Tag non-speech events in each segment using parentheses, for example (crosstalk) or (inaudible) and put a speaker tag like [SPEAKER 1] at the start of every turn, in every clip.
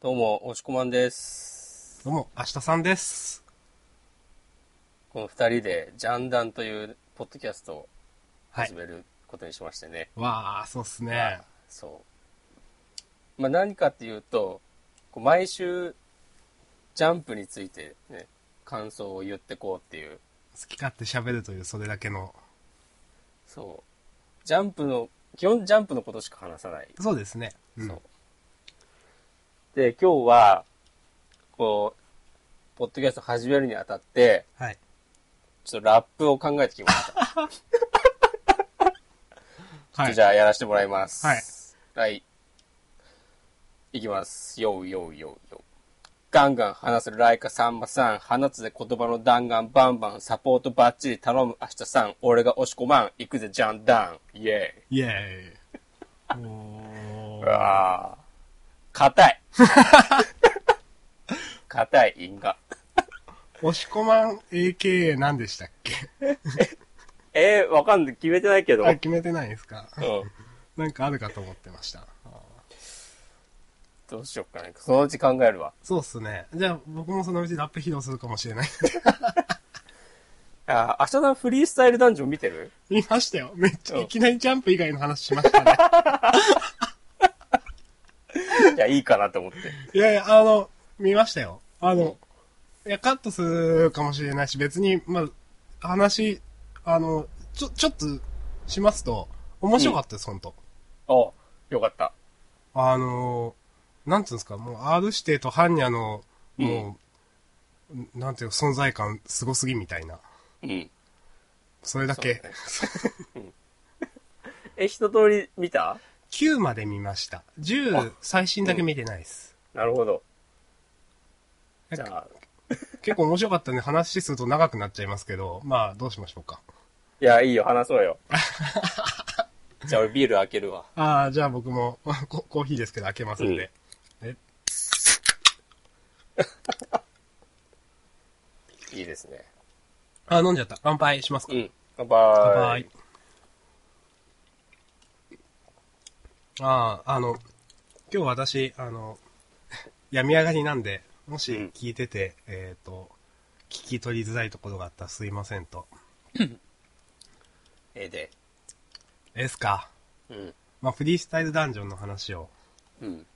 [SPEAKER 1] どうも、押しこまんです。
[SPEAKER 2] どうも、明日さんです。
[SPEAKER 1] この二人で、ジャンダンというポッドキャストを
[SPEAKER 2] はい
[SPEAKER 1] 始めることにしましてね。
[SPEAKER 2] わあ、そうっすね。
[SPEAKER 1] そう。まあ何かっていうと、こう毎週、ジャンプについてね、感想を言ってこうっていう、
[SPEAKER 2] 好き勝手喋るという、それだけの。
[SPEAKER 1] そう。ジャンプの、基本ジャンプのことしか話さない。
[SPEAKER 2] そうですね。うん
[SPEAKER 1] そう。。で、今日は、こう、ポッドキャスト始めるにあたって、
[SPEAKER 2] はい。
[SPEAKER 1] ちょっとラップを考えてきました。
[SPEAKER 2] はい。
[SPEAKER 1] じゃあやらせてもらいます。
[SPEAKER 2] はい。
[SPEAKER 1] はい。いきます。ようようようよう。ガンガン話せるライカさんまさん。放つで言葉の弾丸バンバン。サポートバッチリ頼む明日さん。俺が押し込まん。行くぜ、ジャンダン。イェ
[SPEAKER 2] イエーイ。お
[SPEAKER 1] イ。う
[SPEAKER 2] ー
[SPEAKER 1] わー硬い。硬い、因果。
[SPEAKER 2] 押し込まん AKA 何でしたっけ
[SPEAKER 1] えー、わかんない。決めてないけど。う
[SPEAKER 2] あ、
[SPEAKER 1] ん。
[SPEAKER 2] 決めてないですかなんかあるかと思ってました。
[SPEAKER 1] どうしよっかね。そのうち考えるわ。
[SPEAKER 2] そうっすね。じゃあ、僕もそのうちラップ披露するかもしれない。
[SPEAKER 1] あー、明日のフリースタイルダンジョン見てる
[SPEAKER 2] 見ましたよ。めっちゃ、
[SPEAKER 1] うん
[SPEAKER 2] いきなりジャンプ以外の話しましたね。
[SPEAKER 1] いや、いいかなと思って。
[SPEAKER 2] いやいや、あの、見ましたよ。あの、いや、カットするかもしれないし、別に、まあ、話、あの、ちょ、ちょっと、しますと、面白かったです、ほんと。
[SPEAKER 1] あ、よかった。
[SPEAKER 2] あの、なんつうんですか、もう、R 指定とハンニャの、もう、なんていうの存在感、すごすぎみたいな。
[SPEAKER 1] うん。
[SPEAKER 2] それだけ。
[SPEAKER 1] (laughs) え、一通り見た
[SPEAKER 2] 9まで見ました。10、最新だけ見てないです。
[SPEAKER 1] なるほど。じ
[SPEAKER 2] なんか
[SPEAKER 1] ゃあ、
[SPEAKER 2] 結構面白かったんで、話すると長くなっちゃいますけど、まあ、どうしましょうか。
[SPEAKER 1] いや、いいよ、話そう
[SPEAKER 2] (laughs)
[SPEAKER 1] よ。じゃあ、俺ビール開けるわ。
[SPEAKER 2] ああ、じゃあ僕も、 (laughs) ココーヒーですけど開けますんで。え
[SPEAKER 1] いいですね。
[SPEAKER 2] あ、飲んじゃった。乾杯しますか。
[SPEAKER 1] うん。乾杯。
[SPEAKER 2] 乾杯。ああ、あの、今日私、あの、 (laughs) 病み上がりなんで、もし
[SPEAKER 1] うん
[SPEAKER 2] 聞いてて、えっ、と、聞き取りづらいところがあったらすいませんと。
[SPEAKER 1] ええで。
[SPEAKER 2] ですか。
[SPEAKER 1] うん。
[SPEAKER 2] まあ、フリースタイルダンジョンの話を。
[SPEAKER 1] うん。
[SPEAKER 2] い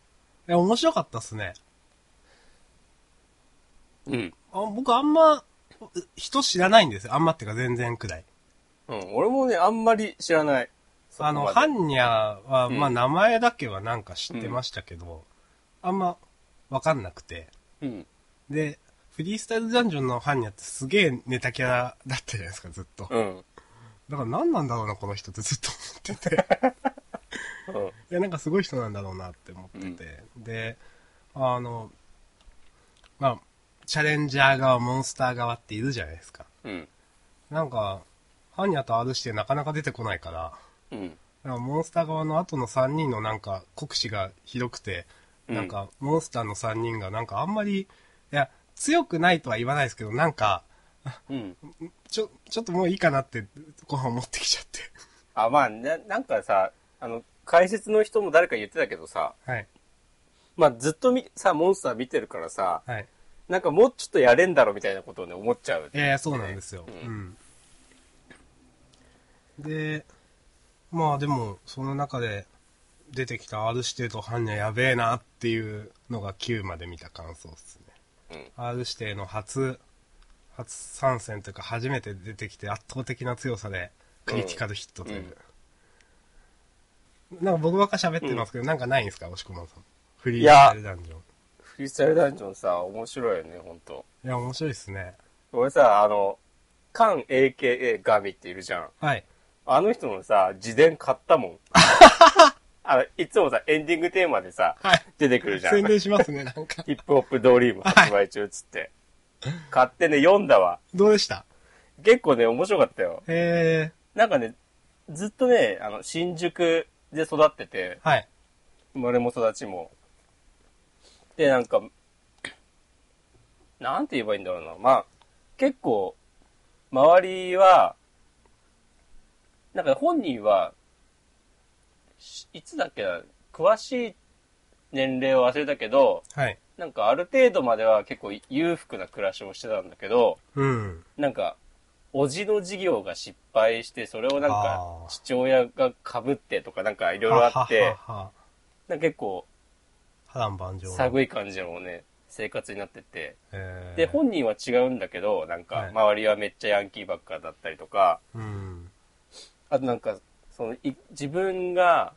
[SPEAKER 2] や、面白かったっすね。
[SPEAKER 1] うん。
[SPEAKER 2] あ僕あんま、人知らないんですよ。あんまっていうか全然くらい。
[SPEAKER 1] うん。俺もね、あんまり知らない。そこ
[SPEAKER 2] あの、
[SPEAKER 1] まで
[SPEAKER 2] ハンニャは、
[SPEAKER 1] う
[SPEAKER 2] まあ、
[SPEAKER 1] ん
[SPEAKER 2] 名前だけはなんか知ってましたけど、あんま、わかんなくて。
[SPEAKER 1] うん。
[SPEAKER 2] で、フリースタイルダンジョンのハンニャってすげえネタキャラだったじゃないですか、ずっと。
[SPEAKER 1] うん。うん。
[SPEAKER 2] だから何なんだろうな、この人ってずっと思ってて。
[SPEAKER 1] (laughs)
[SPEAKER 2] いや、なんかすごい人なんだろうなって思ってて。で、あの、まあ、チャレンジャー側、モンスター側っているじゃないですか。
[SPEAKER 1] うん。
[SPEAKER 2] なんか、ハンニャと R してなかなか出てこないから、
[SPEAKER 1] うん。
[SPEAKER 2] だからモンスター側の後の3人のなんか国士がひどくて、
[SPEAKER 1] うん
[SPEAKER 2] なんかモンスターの3人がなんかあんまり、いや、強くないとは言わないですけど、なんか、
[SPEAKER 1] うん。
[SPEAKER 2] ちょ、ちょっともういいかなってご飯を持ってきちゃって。
[SPEAKER 1] あ、まあ、な、なんかさ、あの、解説の人も誰か言ってたけどさ、
[SPEAKER 2] はい。
[SPEAKER 1] まあ、ずっとみ、さ、モンスター見てるからさ、
[SPEAKER 2] はい。
[SPEAKER 1] なんかもうちょっとやれんだろみたいなことをね、思っちゃう。
[SPEAKER 2] ええそうなんですよ。
[SPEAKER 1] う
[SPEAKER 2] うん。で、まあでも、その中で出てきた R 指定とハンニャやべえなっていうのが9まで見た感想ですね。R 指定の初、初参戦というか初めて出てきて圧倒的な強さでクリティカルヒットという。なんか僕ばっか喋ってますけど、なんかないんですか押し込まんさん。フリースタイルダンジョン。
[SPEAKER 1] フリースタイルダンジョンさ、面白いよね、ほんと。
[SPEAKER 2] いや、面白いですね。
[SPEAKER 1] 俺さ、あの、カン AKA ガミっているじゃん。
[SPEAKER 2] はい。
[SPEAKER 1] あの人のさ、自伝買った
[SPEAKER 2] (laughs)
[SPEAKER 1] もん。あの、いつもさ、エンディングテーマでさ、
[SPEAKER 2] はい。
[SPEAKER 1] 出てくるじゃん。
[SPEAKER 2] 宣
[SPEAKER 1] ヒ
[SPEAKER 2] 伝しますね、なんか。
[SPEAKER 1] ップホップドリーム発売中っつって。買ってね、読んだわ。
[SPEAKER 2] どうでした
[SPEAKER 1] 結構ね、面白かったよ。
[SPEAKER 2] え
[SPEAKER 1] なんかね、ずっとね、あの、新宿で育ってて、
[SPEAKER 2] ー、はい。
[SPEAKER 1] 生まれも育ちも。で、なんか、なんて言えばいいんだろうな。まあ、結構、周りは、なんか本人は、しいつだっけな、詳しい年齢を忘れたけど、
[SPEAKER 2] はい。
[SPEAKER 1] なんかある程度までは結構裕福な暮らしをしてたんだけど、
[SPEAKER 2] うん。
[SPEAKER 1] なんか、おじの事業が失敗して、それをなんか
[SPEAKER 2] あ、ー
[SPEAKER 1] 父親が被ってとか、なんかいろいろあって、
[SPEAKER 2] はははは
[SPEAKER 1] なんか結構、
[SPEAKER 2] 波乱万丈。
[SPEAKER 1] 寒い感じのね、生活になってて。
[SPEAKER 2] えー
[SPEAKER 1] で、本人は違うんだけど、なん
[SPEAKER 2] は
[SPEAKER 1] か
[SPEAKER 2] い、
[SPEAKER 1] 周りはめっちゃヤンキーばっかだったりとか、
[SPEAKER 2] うん。
[SPEAKER 1] あとなんか、その、い自分が、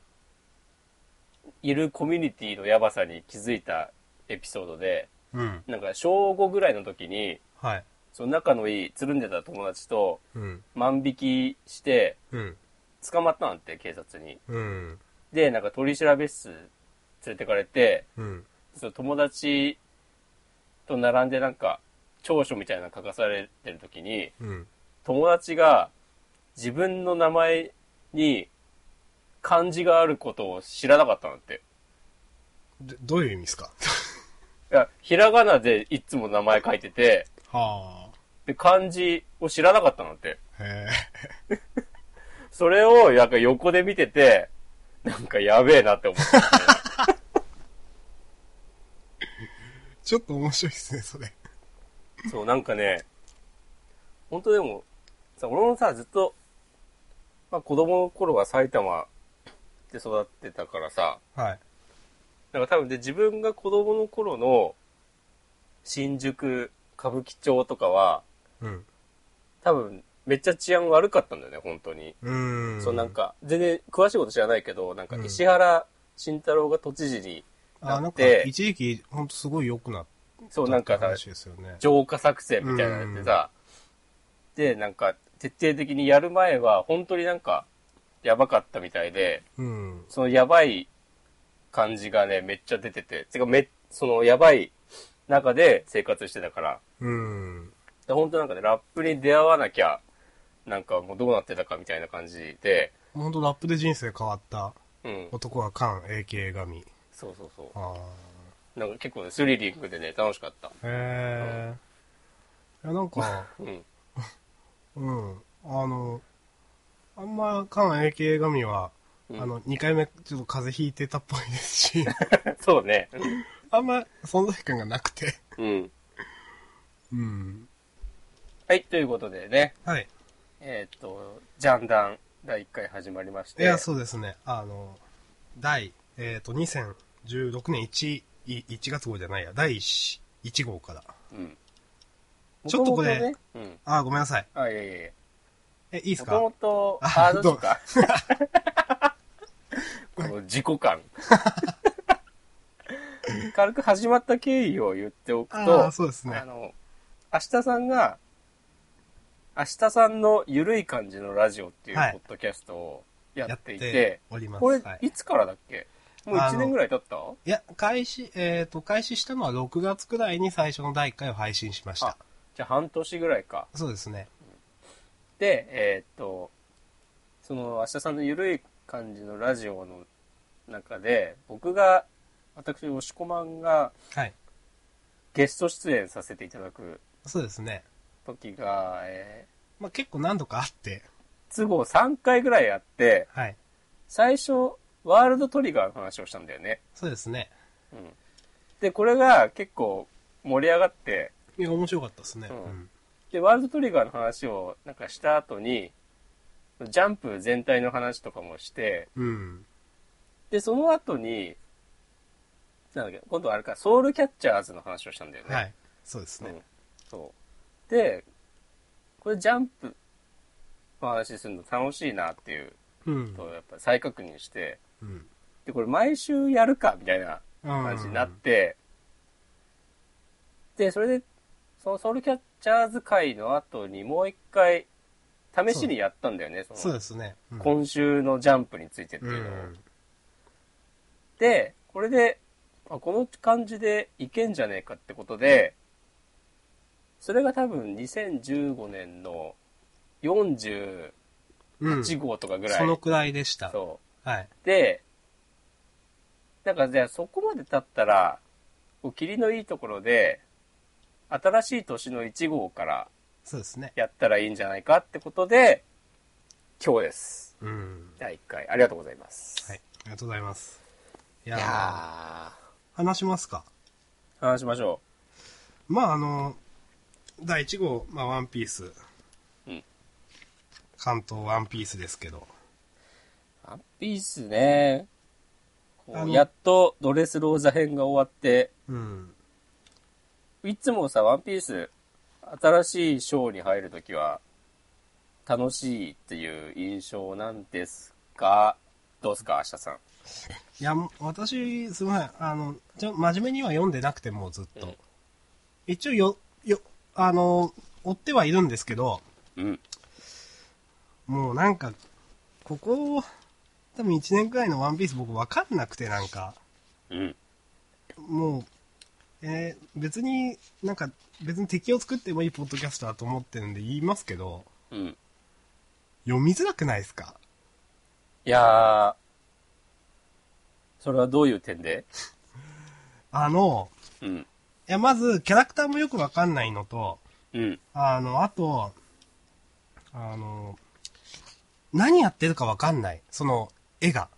[SPEAKER 1] いるコミュニティのやばさに気づいたエピソードで、
[SPEAKER 2] うん。
[SPEAKER 1] なんか、小5ぐらいの時に、
[SPEAKER 2] はい。
[SPEAKER 1] その仲のいい、つるんでた友達と
[SPEAKER 2] うん。
[SPEAKER 1] 万引きして、
[SPEAKER 2] うん。
[SPEAKER 1] 捕まったなんて、警察に。
[SPEAKER 2] うん。
[SPEAKER 1] で、なんか取り調べ室連れてかれて、
[SPEAKER 2] うん。
[SPEAKER 1] その友達と並んでなんか、長所みたいなの書かされてる時に、
[SPEAKER 2] うん。
[SPEAKER 1] 友達が自分の名前に漢字があることを知らなかったんだって。
[SPEAKER 2] でどういう意味ですか (laughs)
[SPEAKER 1] いや、ひらがなでいつも名前書いてて、
[SPEAKER 2] は
[SPEAKER 1] で、漢字を知らなかったんだって。
[SPEAKER 2] あ。へ
[SPEAKER 1] それを、なんか横で見てて、なんかやべえなって思った。
[SPEAKER 2] え。ちょっと面白いですね、それ。
[SPEAKER 1] そう、なんかね、本当でも、さ、俺もさ、ずっと、まあ子供の頃は埼玉で育ってたからさ、
[SPEAKER 2] はい。
[SPEAKER 1] なんか多分で自分が子供の頃の新宿、歌舞伎町とかは、
[SPEAKER 2] うん。
[SPEAKER 1] 多分めっちゃ治安悪かったんだよね、本当に。
[SPEAKER 2] うん。
[SPEAKER 1] そうなんか、全然詳しいこと知らないけど、なんか
[SPEAKER 2] うん
[SPEAKER 1] 石原慎太郎が都知事に
[SPEAKER 2] あ、
[SPEAKER 1] な
[SPEAKER 2] なん
[SPEAKER 1] っ
[SPEAKER 2] か
[SPEAKER 1] て、
[SPEAKER 2] 一時期、ほんとすごい良くなっ
[SPEAKER 1] そう
[SPEAKER 2] た
[SPEAKER 1] なん
[SPEAKER 2] って
[SPEAKER 1] かさ、
[SPEAKER 2] 話ですよね。
[SPEAKER 1] 浄化作戦みたいなのやってさ、で、なんか、徹底的にやる前は、本当になんか、やばかったみたいで、
[SPEAKER 2] うん。
[SPEAKER 1] そのやばい感じがね、めっちゃ出てて、てかめ、そのやばい中で生活してたから、
[SPEAKER 2] うん。
[SPEAKER 1] で本当なんかね、ラップに出会わなきゃ、なんかもうどうなってたかみたいな感じで、
[SPEAKER 2] ほんとラップで人生変わった
[SPEAKER 1] うん、
[SPEAKER 2] 男は缶 AK 神。
[SPEAKER 1] そうそうそ
[SPEAKER 2] あ
[SPEAKER 1] う。なんか結構ね、スリリングでね、楽しかった。
[SPEAKER 2] あ。へえ。いや、なんか、
[SPEAKER 1] うん、 (laughs)
[SPEAKER 2] うん。あの、あんま、缶 AK 神は、
[SPEAKER 1] うん
[SPEAKER 2] あの、2回目、ちょっと風邪ひいてたっぽいですし、 (laughs)
[SPEAKER 1] そうね。
[SPEAKER 2] あんま存在感がなくて。 (laughs)
[SPEAKER 1] うん。
[SPEAKER 2] うん。
[SPEAKER 1] はい、ということでね、
[SPEAKER 2] はい。
[SPEAKER 1] えーっと、ジャンダン第1回始まりまし
[SPEAKER 2] い
[SPEAKER 1] て。
[SPEAKER 2] や、そうですね。あの、第、えっ、と、2016年1、い1月号じゃないや、第 1, 1号から。
[SPEAKER 1] うん。
[SPEAKER 2] ちょっとこれ
[SPEAKER 1] 元々ねうん。
[SPEAKER 2] あ、ごめんなさい。
[SPEAKER 1] あ、いやいやいや。
[SPEAKER 2] え、いいです
[SPEAKER 1] も
[SPEAKER 2] か
[SPEAKER 1] ともと、
[SPEAKER 2] あ
[SPEAKER 1] あ、どうですかこ
[SPEAKER 2] (laughs)
[SPEAKER 1] の自己感。 (laughs) 軽く始まった経緯を言っておくと、
[SPEAKER 2] ああ、そうです
[SPEAKER 1] あ
[SPEAKER 2] ね。
[SPEAKER 1] の、明日さんが、明日さんのゆるい感じのラジオっていう
[SPEAKER 2] はい
[SPEAKER 1] ポッドキャストをや
[SPEAKER 2] やっ
[SPEAKER 1] っていて、
[SPEAKER 2] ております。
[SPEAKER 1] これ
[SPEAKER 2] はい、
[SPEAKER 1] いつからだっけもう
[SPEAKER 2] あ
[SPEAKER 1] 1
[SPEAKER 2] の
[SPEAKER 1] 年ぐらい経った
[SPEAKER 2] いや、開始、えっ、と、開始したのは6月くらいに最初の第1回を配信しまし
[SPEAKER 1] あ
[SPEAKER 2] た。
[SPEAKER 1] じゃあ半年ぐらいか。
[SPEAKER 2] そうですね。
[SPEAKER 1] で、えーっと、その、明日さんのゆるい感じのラジオの中で、僕が、私、押しこまんが
[SPEAKER 2] はい。
[SPEAKER 1] ゲスト出演させていただく
[SPEAKER 2] そうですね。
[SPEAKER 1] 時が、え
[SPEAKER 2] まあ、結構何度かあって、
[SPEAKER 1] ー都合3回ぐらいあって、
[SPEAKER 2] はい。
[SPEAKER 1] 最初、ワールドトリガーの話をしたんだよね。
[SPEAKER 2] そうですね。
[SPEAKER 1] うん。で、これが結構盛り上がって、
[SPEAKER 2] いや、面白かったですね。
[SPEAKER 1] う
[SPEAKER 2] うんん。
[SPEAKER 1] で、ワールドトリガーの話をなんかした後に、ジャンプ全体の話とかもして、
[SPEAKER 2] うん。
[SPEAKER 1] で、その後に、なんだっけ、今度はあれか、ソウルキャッチャーズの話をしたんだよね。
[SPEAKER 2] はい。そうです
[SPEAKER 1] う
[SPEAKER 2] ね。
[SPEAKER 1] ん。そう。で、これジャンプの話するの楽しいなっていう
[SPEAKER 2] うん
[SPEAKER 1] と、。やっぱ再確認して、
[SPEAKER 2] うん。
[SPEAKER 1] で、これ毎週やるか、みたいな感じになって、で、それで、そのソウルキャッチャーズ会の後にもう一回、試しにやったんだよね、そ
[SPEAKER 2] そう
[SPEAKER 1] の、
[SPEAKER 2] ですね。うん
[SPEAKER 1] 今週のジャンプについてっていうのを。で、これで、あこの感じでいけんじゃねえかってことで、それが多分2015年の48
[SPEAKER 2] うんうん
[SPEAKER 1] 号とかぐらい。
[SPEAKER 2] そのくらいでした。
[SPEAKER 1] そ
[SPEAKER 2] はい。
[SPEAKER 1] う。で、だからじゃあそこまで経ったら、こう霧のいいところで、新しい年の1号から
[SPEAKER 2] そうですね。
[SPEAKER 1] やったらいいんじゃないかってことで、今日です。
[SPEAKER 2] うん。
[SPEAKER 1] 第1回。ありがとうございます。
[SPEAKER 2] はい。ありがとうございます。い
[SPEAKER 1] い
[SPEAKER 2] や
[SPEAKER 1] や
[SPEAKER 2] ー
[SPEAKER 1] ー
[SPEAKER 2] 話しますか。
[SPEAKER 1] 話しましょ
[SPEAKER 2] まあ、あの、第1号、まあ、ワンピース。
[SPEAKER 1] うん
[SPEAKER 2] 関東ワンピースですけど。
[SPEAKER 1] う。ワンピースね。こう
[SPEAKER 2] あの
[SPEAKER 1] やっとドレスローザ編が終わって、
[SPEAKER 2] うん。
[SPEAKER 1] いつもさ、ワンピース、新しいショーに入るときは、楽しいっていう印象なんですが、どうすか、明日さん。
[SPEAKER 2] いや、私、すごい、あの、ちょ、真面目には読んでなくてもうずっと。
[SPEAKER 1] うん
[SPEAKER 2] 一応よ、よ、あの、追ってはいるんですけど、
[SPEAKER 1] うん。
[SPEAKER 2] もうなんか、ここ、多分1年くらいのワンピース僕わかんなくてなんか、
[SPEAKER 1] うん。
[SPEAKER 2] もう、えー別になんか、別に敵を作ってもいいポッドキャストだと思ってるんで言いますけど、
[SPEAKER 1] うん。
[SPEAKER 2] 読みづらくないですか
[SPEAKER 1] いやー、それはどういう点で
[SPEAKER 2] あの、
[SPEAKER 1] うん。
[SPEAKER 2] いや、まず、キャラクターもよくわかんないのと、
[SPEAKER 1] うん。
[SPEAKER 2] あの、あと、あの、何やってるかわかんない。その、絵が。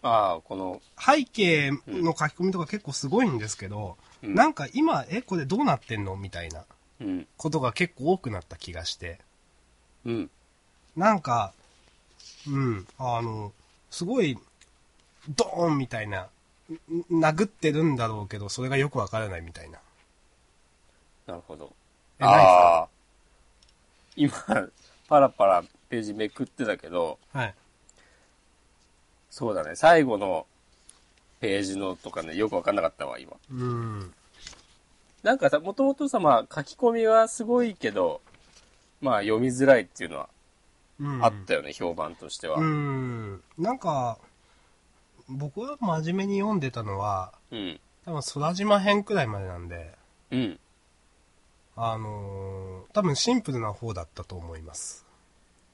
[SPEAKER 1] ああ、この、
[SPEAKER 2] 背景の書き込みとか結構すごいんですけど、
[SPEAKER 1] うん
[SPEAKER 2] なんか今、え、これどうなってんのみたいな
[SPEAKER 1] うん。
[SPEAKER 2] ことが結構多くなった気がして。
[SPEAKER 1] うん。
[SPEAKER 2] なんか、うん、あの、すごい、ドーンみたいな、ん殴ってるんだろうけど、それがよくわからないみたいな。
[SPEAKER 1] なるほど。
[SPEAKER 2] えないっすか
[SPEAKER 1] あー今、パラパラページめくってたけど、
[SPEAKER 2] はい。
[SPEAKER 1] そうだね、最後のページのとかね、よくわかんなかったわ、今。
[SPEAKER 2] うん。
[SPEAKER 1] なんかさ、もともとさ、まあ、書き込みはすごいけど、まあ、読みづらいっていうのは
[SPEAKER 2] うん
[SPEAKER 1] あったよね、評判としては。
[SPEAKER 2] う
[SPEAKER 1] うん。
[SPEAKER 2] ん。なんか、僕は真面目に読んでたのは、
[SPEAKER 1] うん。
[SPEAKER 2] 多分空島編くらいまでなんで、あのー多分シンプルな方だったと思います。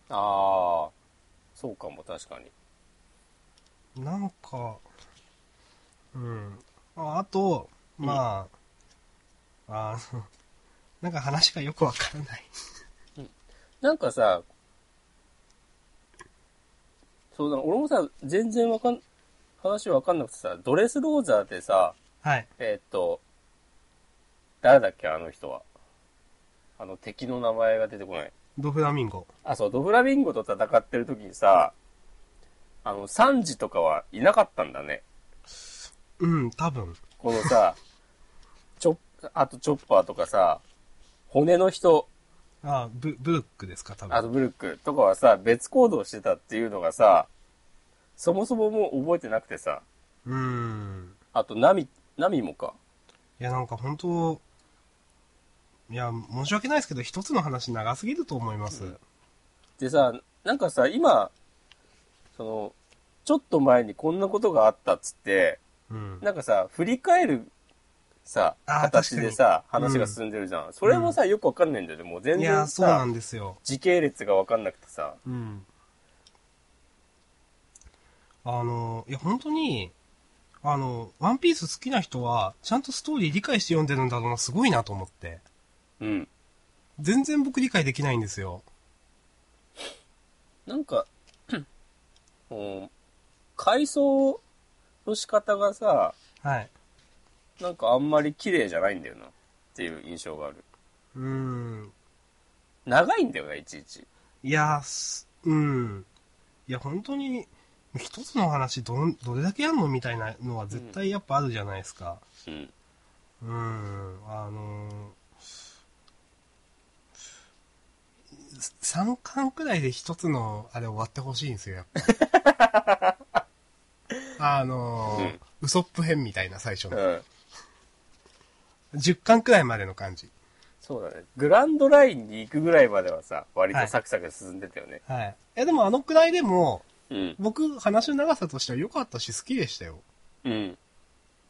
[SPEAKER 1] ああ、そうかも、確かに。
[SPEAKER 2] なんか、うん。ああと、まあ、あの、 (laughs) なんか話がよくわからない。
[SPEAKER 1] なんかさ、そうだ、俺もさ、全然わかん、話わかんなくてさ、ドレスローザーってさ、
[SPEAKER 2] はい。
[SPEAKER 1] えーっと、誰だっけ、あの人は。あの、敵の名前が出てこない。
[SPEAKER 2] ドフラミンゴ。
[SPEAKER 1] あ、そう、ドフラミンゴと戦ってる時にさ、あの、サンジとかはいなかったんだね。
[SPEAKER 2] うん、多分。
[SPEAKER 1] このさ、 (laughs) チョッ、あとチョッパーとかさ、骨の人、
[SPEAKER 2] あブ、ブルックですか、多
[SPEAKER 1] あと
[SPEAKER 2] 分。
[SPEAKER 1] ブルックとかはさ、別行動してたっていうのがさ、そもそももう覚えてなくてさ、
[SPEAKER 2] うん。
[SPEAKER 1] あとナミ、ナミもか。
[SPEAKER 2] いや、なんか本当、いや、申し訳ないですけど、一つの話長すぎると思います。
[SPEAKER 1] でさ、なんかさ、今、その、ちょっと前にこんなことがあったっつって、
[SPEAKER 2] うん。
[SPEAKER 1] なんかさ、振り返る、さ、
[SPEAKER 2] あー
[SPEAKER 1] 形でさ、
[SPEAKER 2] 確かに
[SPEAKER 1] 話が進んでるじゃん。それもさ、よくわかんないんだよね。もう全
[SPEAKER 2] いや、
[SPEAKER 1] 然
[SPEAKER 2] そうな
[SPEAKER 1] さ、
[SPEAKER 2] んですよ。
[SPEAKER 1] 時系列がわかんなくてさ。
[SPEAKER 2] うん。あの、いや、本当に、あの、ワンピース好きな人は、ちゃんとストーリー理解して読んでるんだろうな、すごいなと思って。
[SPEAKER 1] うん。
[SPEAKER 2] 全然僕理解できないんですよ。
[SPEAKER 1] なんか、 (clears throat) うん、回想の仕方がさ、
[SPEAKER 2] はい。
[SPEAKER 1] なんかあんまり綺麗じゃないんだよなっていう印象がある。
[SPEAKER 2] うーん。
[SPEAKER 1] 長いんだよね、いちいち。
[SPEAKER 2] いや、すうん。いや、本当に、一つの話どん、どれだけやんのみたいなのは絶対やっぱあるじゃないですか。
[SPEAKER 1] うん。
[SPEAKER 2] うーん、あのー、3巻くらいで一つのあれ終わってほしいんですよ、やっ
[SPEAKER 1] (laughs)
[SPEAKER 2] ぱ。あのー
[SPEAKER 1] うん
[SPEAKER 2] ウソップ編みたいな最初
[SPEAKER 1] う
[SPEAKER 2] の。
[SPEAKER 1] ん。
[SPEAKER 2] 10巻くらいまでの感じ。
[SPEAKER 1] そうだね。グランドラインに行くぐらいまではさ、割とサクサク進んでたよね。
[SPEAKER 2] はい。え、でもあのくらいでも、
[SPEAKER 1] うん。
[SPEAKER 2] 僕、話の長さとしては良かったし、好きでしたよ。
[SPEAKER 1] うん。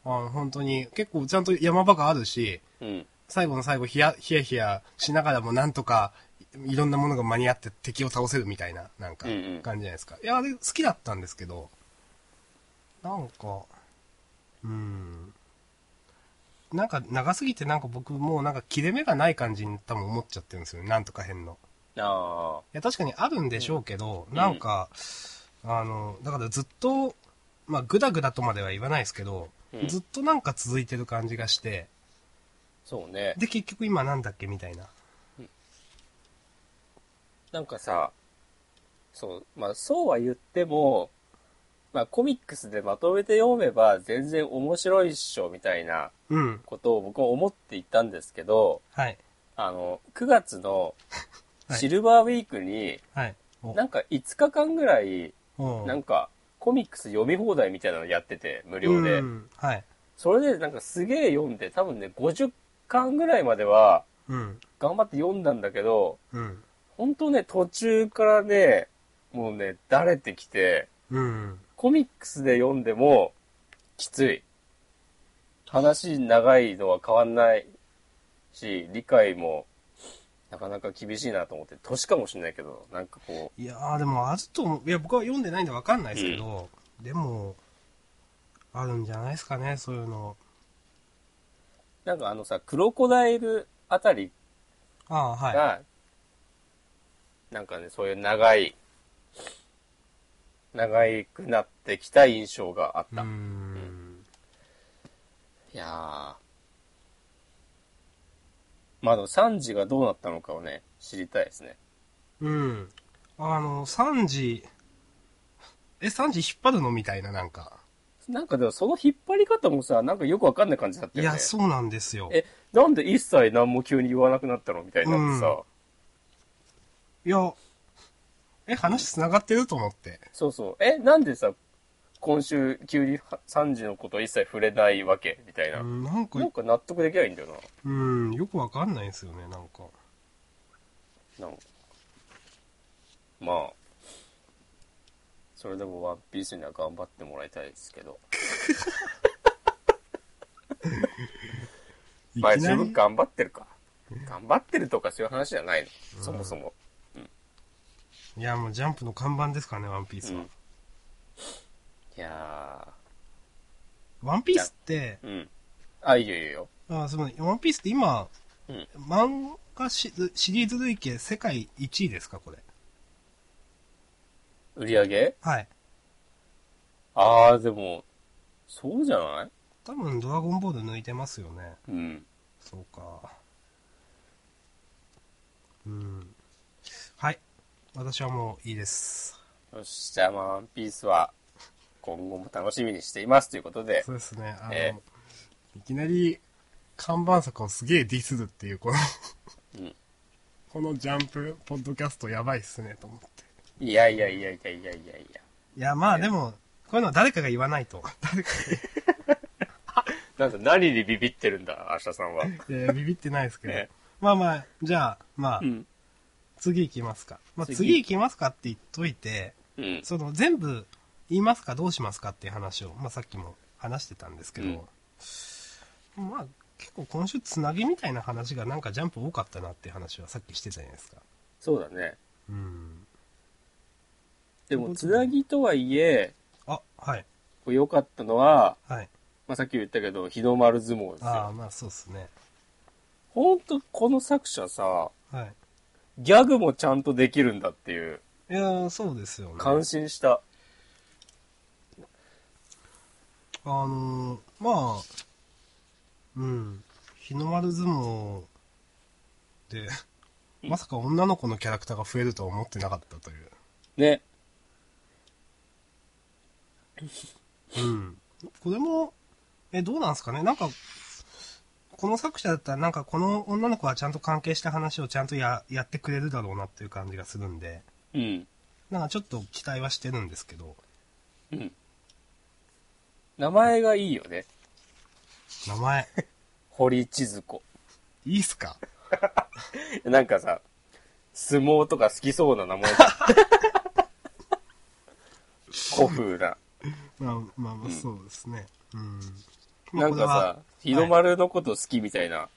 [SPEAKER 2] あの本当に、結構ちゃんと山場があるし、
[SPEAKER 1] うん。
[SPEAKER 2] 最後の最後、ひや、ひやひやしながらもなんとか、いいろんなものが間に合って敵を倒せるみたいな、なんか、
[SPEAKER 1] うん
[SPEAKER 2] 感
[SPEAKER 1] うん
[SPEAKER 2] じじゃないですか。いや、あれ好きだったんですけど、なんか、うん。なんか長すぎてなんか僕もうなんか切れ目がない感じに多分思っちゃってるんですよね、なんとか編の。
[SPEAKER 1] ああ。
[SPEAKER 2] いや、確かにあるんでしょうけど、
[SPEAKER 1] ん
[SPEAKER 2] なんか、あの、だからずっと、まあ、ぐだぐだとまでは言わないですけど、
[SPEAKER 1] うん
[SPEAKER 2] ずっとなんか続いてる感じがして、
[SPEAKER 1] そうね。
[SPEAKER 2] で、結局今なんだっけみたいな。
[SPEAKER 1] なんかさ、そう、まあそうは言っても、まあコミックスでまとめて読めば全然面白いっしょみたいな
[SPEAKER 2] うん。
[SPEAKER 1] ことを僕は思っていたんですけど、
[SPEAKER 2] はい。
[SPEAKER 1] あの、9月の
[SPEAKER 2] はい
[SPEAKER 1] シルバーウィークに、
[SPEAKER 2] はい。お
[SPEAKER 1] なんか5日間ぐらい、
[SPEAKER 2] おう
[SPEAKER 1] なんかコミックス読み放題みたいなのやってて、無料で
[SPEAKER 2] う。ん。はい。
[SPEAKER 1] それでなんかすげえ読んで、多分ね、50巻ぐらいまでは
[SPEAKER 2] うん。
[SPEAKER 1] 頑張って読んだんだけど、
[SPEAKER 2] うん。
[SPEAKER 1] 本当ね、途中からね、もうね、だれてきて、
[SPEAKER 2] うん。
[SPEAKER 1] コミックスで読んでもきつい。話長いのは変わんないし、理解もなかなか厳しいなと思って、年かもしれないけど、なんかこ
[SPEAKER 2] いやーでもあると思う。いや、僕は読んでないんでわかんないですけど、でも、あるんじゃないですかね、そういうの。
[SPEAKER 1] う、なんかあのさ、クロコダイルあたり
[SPEAKER 2] ああ、はい。
[SPEAKER 1] が、なんかね、そういう長い、長くなってきた印象があっ
[SPEAKER 2] う
[SPEAKER 1] た。
[SPEAKER 2] ー
[SPEAKER 1] い
[SPEAKER 2] ん。
[SPEAKER 1] やー。まあでも、サンジがどうなったのかをね、知りたいですね。
[SPEAKER 2] うん。あの、3時、え、3時引っ張るのみたいな、なんか。
[SPEAKER 1] なんかでもその引っ張り方もさ、なんかよくわかんない感じだった
[SPEAKER 2] い
[SPEAKER 1] よね。
[SPEAKER 2] や、そうなんですよ。
[SPEAKER 1] え、なんで一切何も急に言わなくなったのみたいになってさ、
[SPEAKER 2] うんいや、え、話繋がってると思って。
[SPEAKER 1] そうそう。え、なんでさ、今週急に3時のこと一切触れないわけみたいうな。
[SPEAKER 2] ん、なんか
[SPEAKER 1] な、んか納得できないんだよな。
[SPEAKER 2] うん、よくわかんないんですよね、なんか。
[SPEAKER 1] なんかまあ、それでもワンピースには頑張ってもらいたいですけど。
[SPEAKER 2] い
[SPEAKER 1] まあ
[SPEAKER 2] き
[SPEAKER 1] 十
[SPEAKER 2] なり
[SPEAKER 1] 分、頑張ってるか。頑張ってるとかそういう話じゃないの。そもそも。
[SPEAKER 2] いや、もうジャンプの看板ですからね、ワンピース
[SPEAKER 1] うん
[SPEAKER 2] は。
[SPEAKER 1] いや
[SPEAKER 2] ワンピースって、
[SPEAKER 1] ー。うん。あ、いいよいいよ。
[SPEAKER 2] あすごい。ワンピースって今、
[SPEAKER 1] うん
[SPEAKER 2] 漫画シシリーズ累計世界1位ですか、これ。
[SPEAKER 1] 売り上げ
[SPEAKER 2] はい。
[SPEAKER 1] ああ、でも、そうじゃない
[SPEAKER 2] 多分、ドラゴンボール抜いてますよね。
[SPEAKER 1] うん。
[SPEAKER 2] そうか。うん。はい。私はもういいです。
[SPEAKER 1] よし、じゃあ、まあワンピースは、今後も楽しみにしていますということで、
[SPEAKER 2] そうですね。あの、
[SPEAKER 1] え
[SPEAKER 2] いきなり、看板作をすげえディスるっていう、この
[SPEAKER 1] うん、
[SPEAKER 2] このジャンプ、ポッドキャストやばいっすね、と思って。
[SPEAKER 1] いやいやいやいやいやいやいや。
[SPEAKER 2] いや、まあでも、こういうのは誰かが言わないと。
[SPEAKER 1] なんか何にビビってるんだ、明日さんは。
[SPEAKER 2] えービビってないですけど。
[SPEAKER 1] ね
[SPEAKER 2] まあまあ、じゃあ、まあ、
[SPEAKER 1] うん。
[SPEAKER 2] 次行きますか。まあ、
[SPEAKER 1] 次
[SPEAKER 2] 次行きますかって言っといて、
[SPEAKER 1] うん。
[SPEAKER 2] その全部言いますかどうしますかっていう話を、まあさっきも話してたんですけど、まあ結構今週つなぎみたいな話がなんかジャンプ多かったなっていう話はさっきしてたじゃないですか。
[SPEAKER 1] そうだね。
[SPEAKER 2] うん。
[SPEAKER 1] でも、つなぎとはいえ、
[SPEAKER 2] あ、はい、
[SPEAKER 1] こう良かったのは、
[SPEAKER 2] はい。
[SPEAKER 1] まあ、さっき言ったけど、日の丸相撲です
[SPEAKER 2] ああ、
[SPEAKER 1] よ。
[SPEAKER 2] まあそうですね。
[SPEAKER 1] ほんと、この作者さ、
[SPEAKER 2] はい。
[SPEAKER 1] ギャグもちゃんとできるんだっていう、
[SPEAKER 2] いやーそうですよね。
[SPEAKER 1] 感心した。
[SPEAKER 2] あのーまあ、うん。日の丸相撲で、まさか女の子のキャラクターが増えるとは思ってなかったという。
[SPEAKER 1] ね。
[SPEAKER 2] うん。これも、え、どうなんですかねなんか、この作者だったらなんかこの女の子はちゃんと関係した話をちゃんとややってくれるだろうなっていう感じがするんで、
[SPEAKER 1] うん。
[SPEAKER 2] なんかちょっと期待はしてるんですけど、
[SPEAKER 1] うん。名前がいいよね。
[SPEAKER 2] 名前、 (laughs)
[SPEAKER 1] 堀千鶴子。
[SPEAKER 2] いいっすか
[SPEAKER 1] なんかさ、相撲とか好きそうな名前だ。古
[SPEAKER 2] (laughs)
[SPEAKER 1] 風な。
[SPEAKER 2] まあまあまあ、そうですね。うん。ま
[SPEAKER 1] な
[SPEAKER 2] あ
[SPEAKER 1] ん
[SPEAKER 2] こ
[SPEAKER 1] か
[SPEAKER 2] れは
[SPEAKER 1] さ、日の丸のこと好きみたいな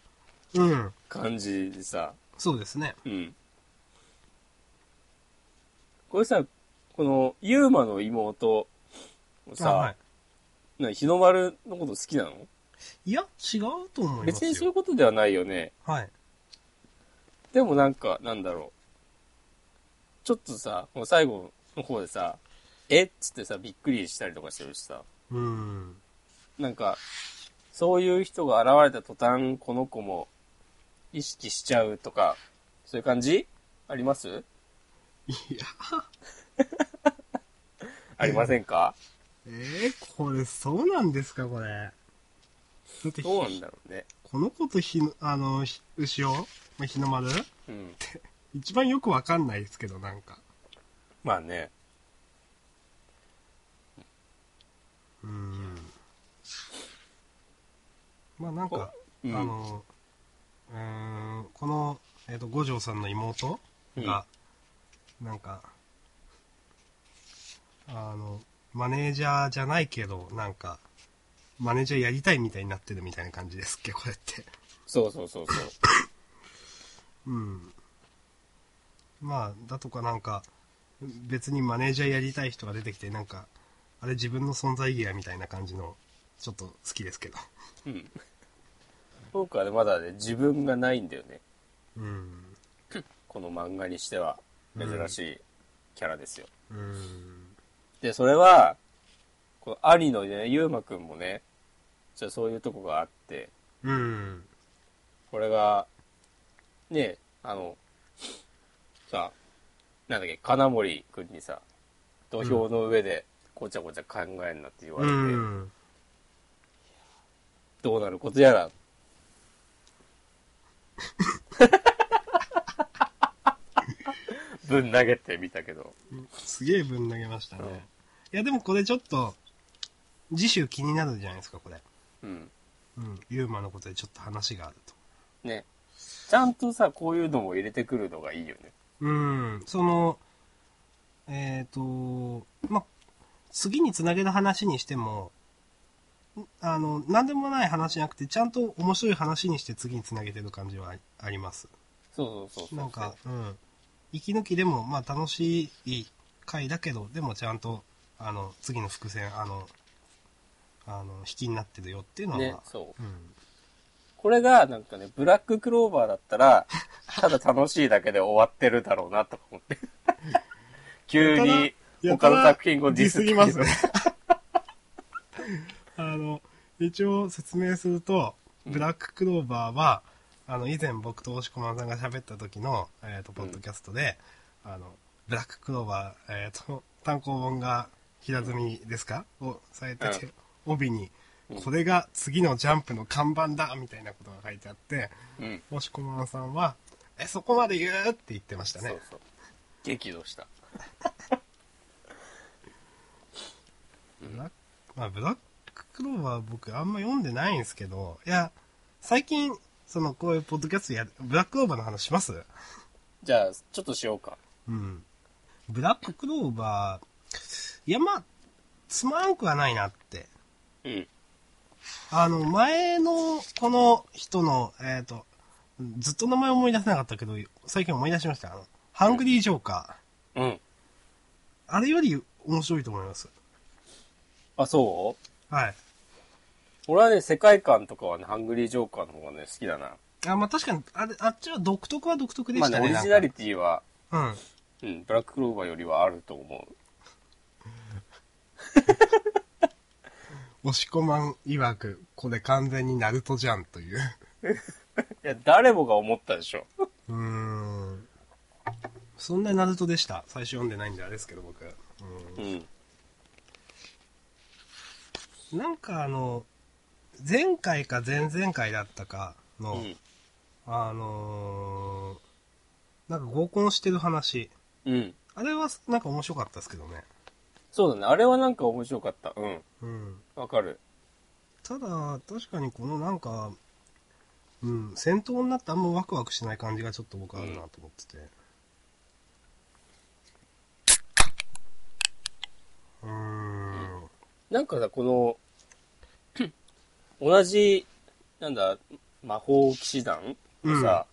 [SPEAKER 2] うん。
[SPEAKER 1] 感じでさ、
[SPEAKER 2] そうですね。
[SPEAKER 1] うん。これさ、この、ユーマの妹
[SPEAKER 2] あは
[SPEAKER 1] さ
[SPEAKER 2] い、、
[SPEAKER 1] な日の丸のこと好きなの
[SPEAKER 2] いや、違うと思いますよ。
[SPEAKER 1] 別にそういうことではないよね。
[SPEAKER 2] はい。
[SPEAKER 1] でもなんか、なんだろう。ちょっとさ、もう最後の方でさ、えっつってさ、びっくりしたりとかしてるしさ、
[SPEAKER 2] うん。
[SPEAKER 1] なんか、そういう人が現れた途端、この子も意識しちゃうとか、そういう感じあります
[SPEAKER 2] いや、
[SPEAKER 1] ありませんか
[SPEAKER 2] えー、これそうなんですか、これ。だってひ、
[SPEAKER 1] どうなんだろうね。
[SPEAKER 2] この子とひの、あの、ひ牛尾、まあ、日の丸
[SPEAKER 1] うん。
[SPEAKER 2] 一番よくわかんないですけど、なんか。
[SPEAKER 1] まあね。
[SPEAKER 2] うん。まあなんか、
[SPEAKER 1] うん
[SPEAKER 2] あの、うーん、この、えっ、と、五条さんの妹が、なんか、あの、マネージャーじゃないけど、なんか、マネージャーやりたいみたいになってるみたいな感じですっけ、これって。
[SPEAKER 1] そうそうそうそう。
[SPEAKER 2] うん。まあ、だとかなんか、別にマネージャーやりたい人が出てきて、なんか、あれ自分の存在意義やみたいな感じの、ちょっと好きですけど。
[SPEAKER 1] うん。僕はね、まだね、自分がないんだよね。
[SPEAKER 2] うん。
[SPEAKER 1] この漫画にしては、珍しいキャラですよ。
[SPEAKER 2] うん。
[SPEAKER 1] で、それは、この兄のね、ゆうまくんもね、ちょっとそういうとこがあって、
[SPEAKER 2] うん。
[SPEAKER 1] これが、ね、あの、さ、なんだっけ、金森くんにさ、土俵の上で、ごちゃごちゃ考えんなって言わ
[SPEAKER 2] う
[SPEAKER 1] れて、
[SPEAKER 2] ん。
[SPEAKER 1] どうなることや
[SPEAKER 2] (laughs)
[SPEAKER 1] ら。ぶん投げてみたけど。
[SPEAKER 2] すげえぶん投げましたね。いや、でもこれちょっと、次週気になるじゃないですか、これ。
[SPEAKER 1] うん。
[SPEAKER 2] うん。ユーマのことでちょっと話があると。
[SPEAKER 1] ね。ちゃんとさ、こういうのも入れてくるのがいいよね。
[SPEAKER 2] うん。その、えっ、と、ま、次につなげる話にしても、んあの、なんでもない話じゃなくて、ちゃんと面白い話にして次につなげてる感じはありあります。
[SPEAKER 1] そうそうそうそう。
[SPEAKER 2] なんか、うん。息抜きでも、まあ楽しい回だけど、でもちゃんと、あの、次の伏線、あの、あの、引きになってるよっていうのは、
[SPEAKER 1] ね
[SPEAKER 2] ま、あ
[SPEAKER 1] そう。
[SPEAKER 2] うん。
[SPEAKER 1] これが、なんかね、ブラッククローバーだったら、ただ楽しいだけで終わってるだろうな、とか思
[SPEAKER 2] (laughs)
[SPEAKER 1] って。急に、
[SPEAKER 2] やた
[SPEAKER 1] 他
[SPEAKER 2] ら
[SPEAKER 1] の作品をディスって
[SPEAKER 2] デ
[SPEAKER 1] き
[SPEAKER 2] ィスりますね。 (laughs) あの、一応説明すると、ブラッククローバーは、あの、以前僕と押駒さんが喋った時の、えっ、と、ポッドキャストで、あの、ブラッククローバー、えっ、と、単行本が平積みですかをされてて、帯に、これが次のジャンプの看板だみたいなことが書いてあって、
[SPEAKER 1] うん。
[SPEAKER 2] 押駒さんは、え、そこまで言うって言ってました
[SPEAKER 1] そ
[SPEAKER 2] ね
[SPEAKER 1] う。そう。激怒した。
[SPEAKER 2] ブラック、まあ、ブラッククローバー僕あんま読んでないんですけど、いや、最近、その、こういうポッドキャストやる、ブラッククローバーの話します
[SPEAKER 1] じゃあ、ちょっとしようか。
[SPEAKER 2] うん。ブラッククローバー、いや、まあ、つまらんくはないなって。
[SPEAKER 1] うん。
[SPEAKER 2] あの、前の、この人の、えっ、と、ずっと名前思い出せなかったけど、最近思い出しました。あの、ハングリージョーカ
[SPEAKER 1] うん。
[SPEAKER 2] ー。あれより面白いと思います。
[SPEAKER 1] あ、そう
[SPEAKER 2] はい。
[SPEAKER 1] 俺はね、世界観とかはね、ハングリージョーカーの方がね、好きだな。
[SPEAKER 2] あ、まあ、確かに、あれ、あっちは独特は独特で
[SPEAKER 1] まあ
[SPEAKER 2] し
[SPEAKER 1] ね、
[SPEAKER 2] た
[SPEAKER 1] オ
[SPEAKER 2] ね。
[SPEAKER 1] リジナリティは、
[SPEAKER 2] なんかうん。
[SPEAKER 1] うん、ブラッククローバーよりはあると思う。
[SPEAKER 2] 押し込まん曰く、これ完全にナルトじゃんという。
[SPEAKER 1] いや、誰もが思ったでしょ。
[SPEAKER 2] うーん。そんなナルトでした。最初読んでないんであれですけど、僕。う
[SPEAKER 1] うん。
[SPEAKER 2] ん、なんかあの、前回か前々回だったか
[SPEAKER 1] う
[SPEAKER 2] の、
[SPEAKER 1] ん。
[SPEAKER 2] あのーなんか合コンしてる話。
[SPEAKER 1] うん。
[SPEAKER 2] あれはなんか面白かったですけどね。
[SPEAKER 1] そうだね。あれはなんか面白かった。うん。
[SPEAKER 2] うん。
[SPEAKER 1] わかる。
[SPEAKER 2] ただ、確かにこのなんか、うん、戦闘になってあんまワクワクしない感じがちょっと僕あるなと思ってて。うーん。
[SPEAKER 1] なんかさ、この、 (clears throat) 同じ、なんだ、魔法騎士団のさ、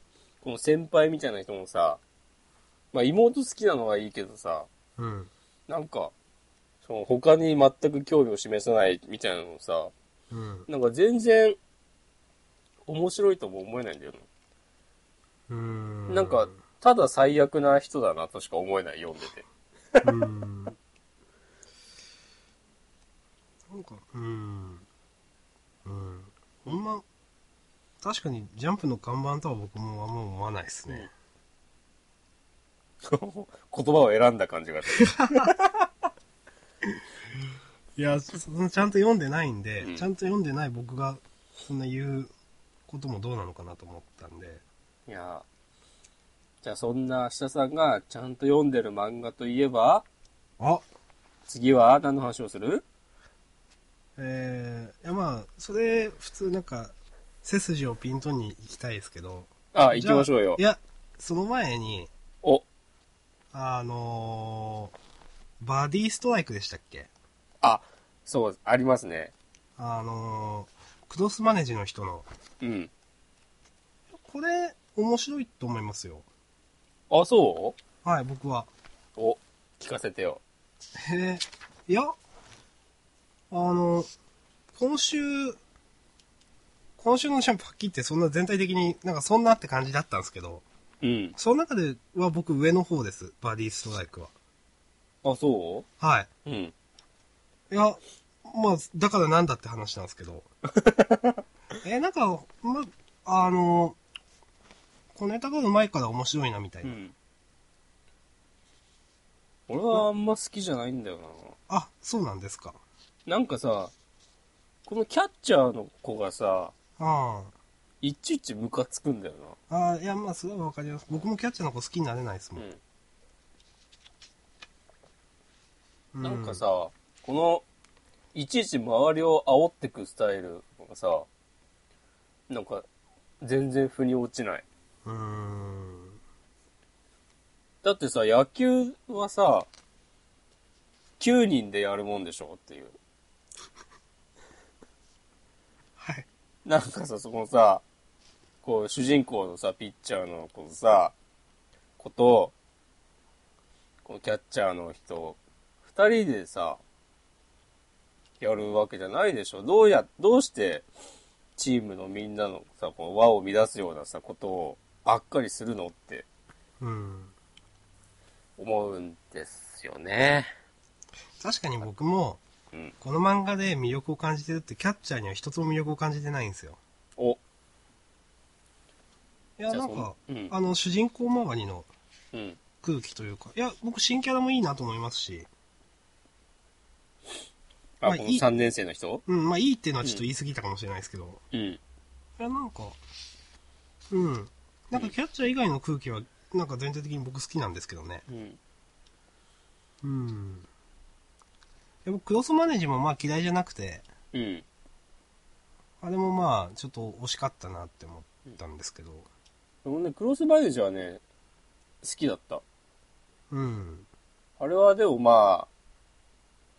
[SPEAKER 1] この先輩みたいな人もさ、まあ妹好きなのはいいけどさ、
[SPEAKER 2] うん。
[SPEAKER 1] なんか、その他に全く興味を示さないみたいなのさ、
[SPEAKER 2] うん。
[SPEAKER 1] なんか全然、面白いとも思えないんだよ
[SPEAKER 2] うん。
[SPEAKER 1] な。なんか、ただ最悪な人だなとしか思えない、読んでて。
[SPEAKER 2] うん。なんか、うん。あんま、確かにジャンプの看板とは僕もあんま思わないですね。
[SPEAKER 1] (laughs) 言葉を選んだ感じがする。
[SPEAKER 2] いや、そのちゃんと読んでないんで、
[SPEAKER 1] うん
[SPEAKER 2] ちゃんと読んでない僕がそんな言うこともどうなのかなと思ったんで、
[SPEAKER 1] いやじゃあそんな明日さんがちゃんと読んでる漫画といえば、
[SPEAKER 2] あ
[SPEAKER 1] 次は何の話をする
[SPEAKER 2] えー、いやまあ、それ、普通なんか、背筋をピントに行きたいですけど。
[SPEAKER 1] あ、行きましょうよ
[SPEAKER 2] い。や、その前に、
[SPEAKER 1] お、
[SPEAKER 2] あのーバディストライクでしたっけ
[SPEAKER 1] あ、そう、ありますね。
[SPEAKER 2] あのークロスマネジの人の。
[SPEAKER 1] うん。
[SPEAKER 2] これ、面白いと思いますよ。
[SPEAKER 1] あ、そ
[SPEAKER 2] はい、僕は。
[SPEAKER 1] うお、聞かせてよ。
[SPEAKER 2] へえ、いや、あの、今週、今週のシャンプーはっきり言ってそんな全体的になんかそんなって感じだったんですけど、
[SPEAKER 1] うん。
[SPEAKER 2] その中では僕上の方です、バディストライクは。
[SPEAKER 1] あ、そ
[SPEAKER 2] はい。
[SPEAKER 1] ううん。
[SPEAKER 2] いや、まあ、だからなんだって話なんです
[SPEAKER 1] (laughs)
[SPEAKER 2] けど。え、なんか、ま、あの、小ネタが上手いから面白いなみたいうな。
[SPEAKER 1] ん。俺はあんま好きじゃないんだよ
[SPEAKER 2] あ、そうなんですか。
[SPEAKER 1] な。なんかさ、このキャッチャーの子がさ、
[SPEAKER 2] あ
[SPEAKER 1] いちいちムカつくんだよ
[SPEAKER 2] あ。ああ、いや、まあ、すごいわかります。僕もキャッチャーの子好きになれないですも
[SPEAKER 1] な。
[SPEAKER 2] ん。
[SPEAKER 1] う。
[SPEAKER 2] う
[SPEAKER 1] な
[SPEAKER 2] ん
[SPEAKER 1] んかさ、この、いちいち周りを煽ってくスタイルがさ、なんか、全然腑に落ちない。
[SPEAKER 2] うーん。
[SPEAKER 1] だってさ、野球はさ、9人でやるもんでしょっていう。
[SPEAKER 2] はい。
[SPEAKER 1] なんかさ、そこのさ、こう、主人公のさ、ピッチャーの子とさ、こと、このキャッチャーの人、二人でさ、やるわけじゃないでしょ。どうや、どうして、チームのみんなのさ、この輪を乱すようなさ、ことを、ばっかりするのって
[SPEAKER 2] うん。
[SPEAKER 1] 思うんですよね。
[SPEAKER 2] 確かに僕も、
[SPEAKER 1] うん。
[SPEAKER 2] この漫画で魅力を感じてるって、キャッチャーには一つも魅力を感じてないんですよ。
[SPEAKER 1] お、
[SPEAKER 2] いや、
[SPEAKER 1] じゃあ
[SPEAKER 2] なんか、
[SPEAKER 1] そんうん
[SPEAKER 2] あの、主人公周りの
[SPEAKER 1] うん。
[SPEAKER 2] 空気というか、いや、僕、新キャラもいいなと思いますし、
[SPEAKER 1] あ、
[SPEAKER 2] まあ
[SPEAKER 1] この
[SPEAKER 2] いい
[SPEAKER 1] 3年生の人
[SPEAKER 2] うん、まあ、いいっていうのはちょっと言い過ぎたかもしれないですけど、い
[SPEAKER 1] うん。
[SPEAKER 2] や、なんか、うん。なんか、キャッチャー以外の空気は、なんか全体的に僕好きなんですけどね。
[SPEAKER 1] うん。
[SPEAKER 2] うん。いや、僕、クロスマネージもまあ嫌いじゃなくて、
[SPEAKER 1] うん。
[SPEAKER 2] あれもまあ、ちょっと惜しかったなって思ったんですけど、
[SPEAKER 1] でもね、クロスバイージはね、好きだった。
[SPEAKER 2] うん。
[SPEAKER 1] あれはでもまあ、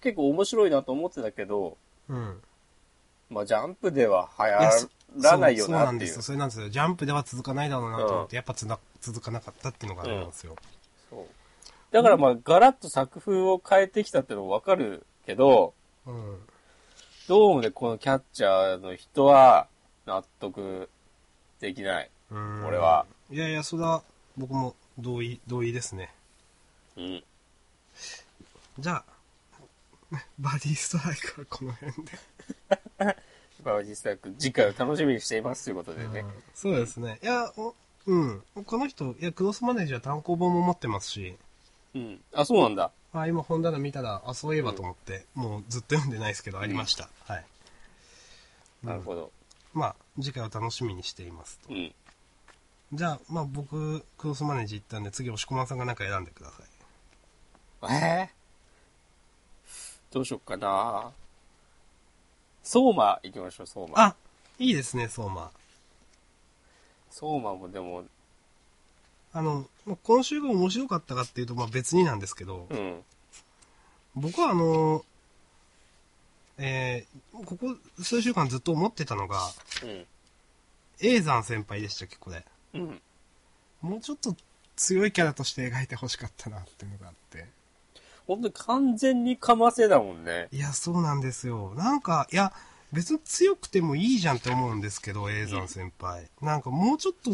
[SPEAKER 1] 結構面白いなと思ってたけど、
[SPEAKER 2] うん。
[SPEAKER 1] まあジャンプでは流
[SPEAKER 2] いやそ
[SPEAKER 1] 行らないよ
[SPEAKER 2] そうそうな
[SPEAKER 1] なっ
[SPEAKER 2] ん
[SPEAKER 1] て
[SPEAKER 2] で
[SPEAKER 1] いう。
[SPEAKER 2] す
[SPEAKER 1] そ
[SPEAKER 2] よ。
[SPEAKER 1] う
[SPEAKER 2] それなんですよ。ジャンプでは続かないだろうなと思っ
[SPEAKER 1] う
[SPEAKER 2] て、やっぱつな続かなかったっていうのがあれなんですよ。
[SPEAKER 1] だからまあガラッと作風を変えてきたってのもわかるけど、
[SPEAKER 2] うん。
[SPEAKER 1] どうもね、このキャッチャーの人は納得できない。
[SPEAKER 2] うん
[SPEAKER 1] 俺は。
[SPEAKER 2] いやいや、それは僕も同意、同意ですね。
[SPEAKER 1] うん。
[SPEAKER 2] じゃあ、バディストライクはこの辺で。
[SPEAKER 1] まあ実際次回を楽しみにしていますということでね。
[SPEAKER 2] そうですね。いや、おうん。この人、いや、クロスマネージャー単行本も持ってますし、
[SPEAKER 1] うん。あ、そうなんだ。
[SPEAKER 2] あ、今本棚見たら、あ、そういえばと思って、もうずっと読んでないですけど、ありました。はい。
[SPEAKER 1] なるほど。
[SPEAKER 2] まあ、次回を楽しみにしていますと。
[SPEAKER 1] うん。
[SPEAKER 2] じゃあ、まあ僕、クロスマネージ行ったんで、次、押駒さんがなんか選んでください。
[SPEAKER 1] えー、どうしよっかな相馬行きましょう、相馬。
[SPEAKER 2] あ、いいですね、相馬。
[SPEAKER 1] 相馬もでも、
[SPEAKER 2] あの、まあ今週が面白かったかっていうと、まあ別になんですけど
[SPEAKER 1] う、ん。
[SPEAKER 2] 僕はあの、えーここ数週間ずっと思ってたのが、
[SPEAKER 1] うん。
[SPEAKER 2] 永山先輩でしたっけ、これ。
[SPEAKER 1] うん。
[SPEAKER 2] もうちょっと強いキャラとして描いてほしかったなっていうのがあって。
[SPEAKER 1] 本当に完全にかませだもんね。
[SPEAKER 2] いや、そうなんですよ。なんか、いや、別に強くてもいいじゃんって思うんですけど、永山先輩。なんかもうちょっと、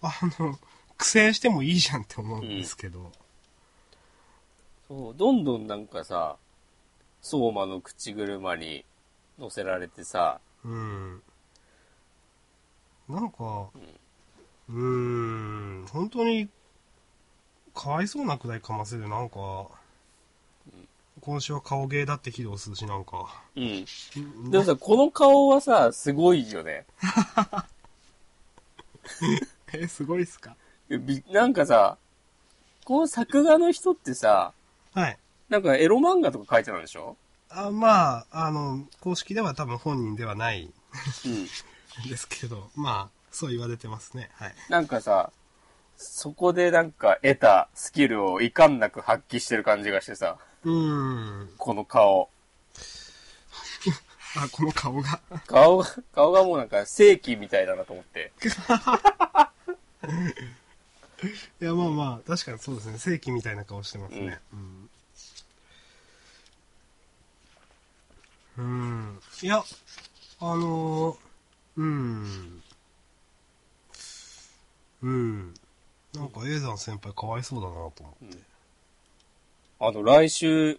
[SPEAKER 2] あの、苦戦してもいいじゃんって思うんですけど。
[SPEAKER 1] そう、どんどんなんかさ、相馬の口車に乗せられてさ、
[SPEAKER 2] うん。なんか、うーん、本当に、かわいそうなくらいかませる、なんか、今週は顔芸だって披露するし、なんか。
[SPEAKER 1] うん。でもさ、この顔はさ、すごいよね。
[SPEAKER 2] (laughs) え、すごいっすか
[SPEAKER 1] びなんかさ、この作画の人ってさ、
[SPEAKER 2] はい。
[SPEAKER 1] なんかエロ漫画とか書いてたんでしょ
[SPEAKER 2] あまあ、あの、公式では多分本人ではない
[SPEAKER 1] うん。
[SPEAKER 2] んですけど、まあ、そう言われてますね。はい。
[SPEAKER 1] なんかさ、そこでなんか得たスキルをいかんなく発揮してる感じがしてさ、
[SPEAKER 2] うーん。
[SPEAKER 1] この顔。
[SPEAKER 2] あ、この顔が。 (laughs)
[SPEAKER 1] 顔が、顔がもうなんか正規みたいだなと思って。
[SPEAKER 2] いや、まあまあ、確かにそうですね。正規みたいな顔してますね。うん。うん。いや、あのー、うん。うん。なんか、エイザン先輩かわいそうだなと思って。
[SPEAKER 1] あの、来週、